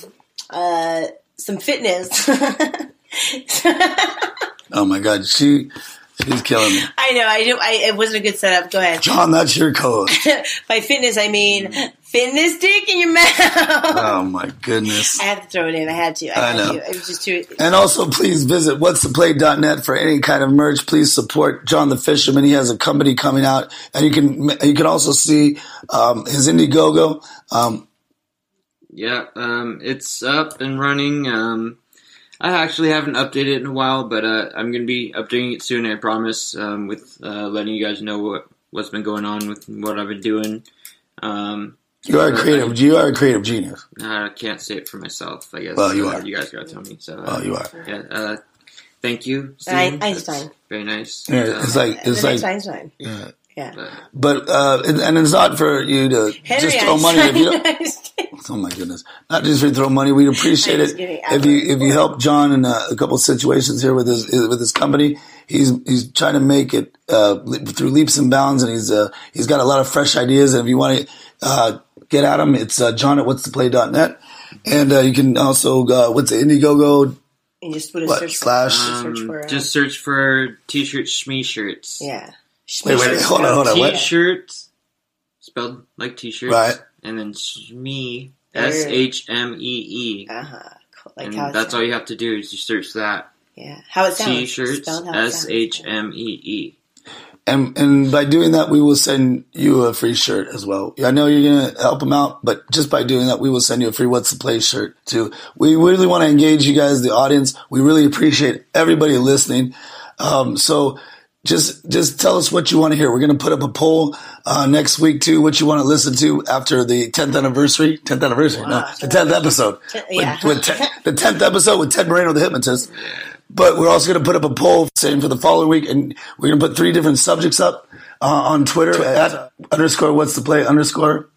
uh, some fitness. I oh my god, she she's killing me. know I do. I, it wasn't a good setup. Go ahead. John, that's your code. By fitness, I mean fitness dick in your mouth. Oh my goodness. I had to throw it in. I had to. I, I had know. to. It was just too. And also, please visit what's the play.net for any kind of merch. Please support John the Fisherman. He has a company coming out, and you can you can also see um, his Indiegogo. Um, Yeah, um, it's up and running. Um, I actually haven't updated it in a while, but uh, I'm going to be updating it soon, I promise, um, with uh, letting you guys know what, what's been going on with what I've been doing. Um, You are a creative. You are a creative genius. I can't say it for myself. I guess. Well, you Uh, are. You guys gotta tell me. So. Oh, Uh, you are. yeah. Uh, thank you. I- Steven. Einstein. That's Very nice. Yeah, it's Uh, like it's the next like, Einstein. yeah. Yeah. but uh, and, and it's not for you to Henry just throw money. If you don't, Einstein. oh my goodness, not just for throw money. We'd appreciate I'm just it kidding. if you if you help John in uh, a, a couple of situations here with his with his company. He's he's trying to make it uh, le- through leaps and bounds, and he's uh, he's got a lot of fresh ideas. And if you want to uh, get at him, it's uh, John at what's to play dot net, and uh, you can also uh, what's it, Indiegogo and just put a what search slash. Just search um, for, uh, just search for t-shirt shmee shirts. Yeah. Wait, wait, hold on, hold on, what? T-shirt spelled like t-shirt. Right. And then shmee. There. S H M E E. Uh huh. Cool. Like And how it that's all sounds. you have to do is you search that. Yeah. How it sounds. T-shirts. Spelled how it S sounds. H M E E. And and by doing that, we will send you a free shirt as well. I know you're gonna help them out, but just by doing that, we will send you a free What's the Play shirt too. We really want to engage you guys, the audience. We really appreciate everybody listening. Um, so just just tell us what you want to hear. We're gonna put up a poll uh, next week too. What you want to listen to after the 10th anniversary? 10th anniversary? no, the 10th episode. yeah. With, with Ted- the 10th episode with Ted Moreno, the hypnotist. But we're also going to put up a poll saying for the following week, and we're going to put three different subjects up uh, on Twitter, at underscore what's the play underscore,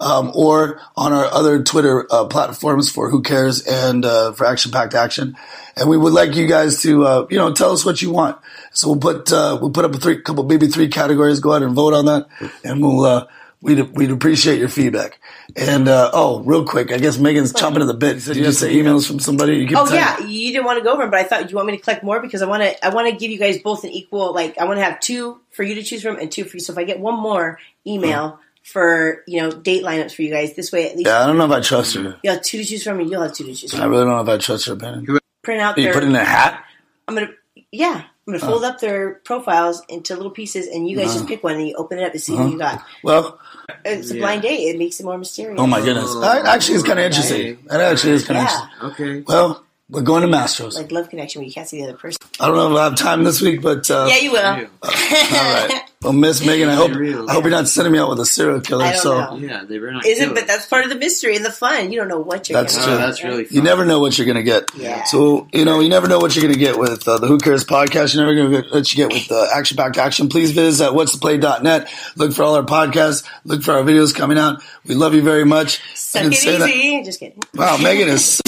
um, or on our other Twitter uh, platforms for Who Cares and uh, for Action Packed Action. And we would like you guys to uh, you know tell us what you want. So we'll put uh, we'll put up a three couple maybe three categories. Go out and vote on that, and we'll. Uh, We'd, we'd appreciate your feedback. And, uh, oh, real quick, I guess Megan's chomping at the bit. You said you had some emails from somebody. You keep Oh telling- yeah, you didn't want to go over them, but I thought you want me to collect more because I want to. I want to give you guys both an equal. Like I want to have two for you to choose from and two for you. So if I get one more email for you know date lineups for you guys, this way at least Mm-hmm. Yeah, I don't know if I trust her. you'll have two to choose from and you'll have two to choose I from. really don't know if I trust her opinion. Print out You their. put it in a hat? I'm gonna yeah. I'm gonna fold up their profiles into little pieces, and you guys just pick one and you open it up and see who you got. Well, It's a blind date. It makes it more mysterious. oh my goodness. That actually is kind of interesting. That actually is kind of Yeah, interesting. Okay. Well, we're going to Mastros. like love connection where you can't see the other person. I don't know if I have time this week, but uh, Yeah, you will. all right. Well, Miss Megan, I hope Real. I hope you're not sending me out with a serial killer. I don't so know. Yeah, they were not. Isn't good. but that's part of the mystery and the fun. You don't know what you're. That's gonna true. Oh, get. that's really. Fun. you never know what you're going to get. Yeah. So you know you never know what you're going to get with uh, the Who Cares podcast. You're never going to get what you get with uh, Action Packed Action. Please visit at what's net. Look for all our podcasts. Look for our videos coming out. We love you very much. I Suck didn't it say that. easy. Just kidding. Wow, Megan is.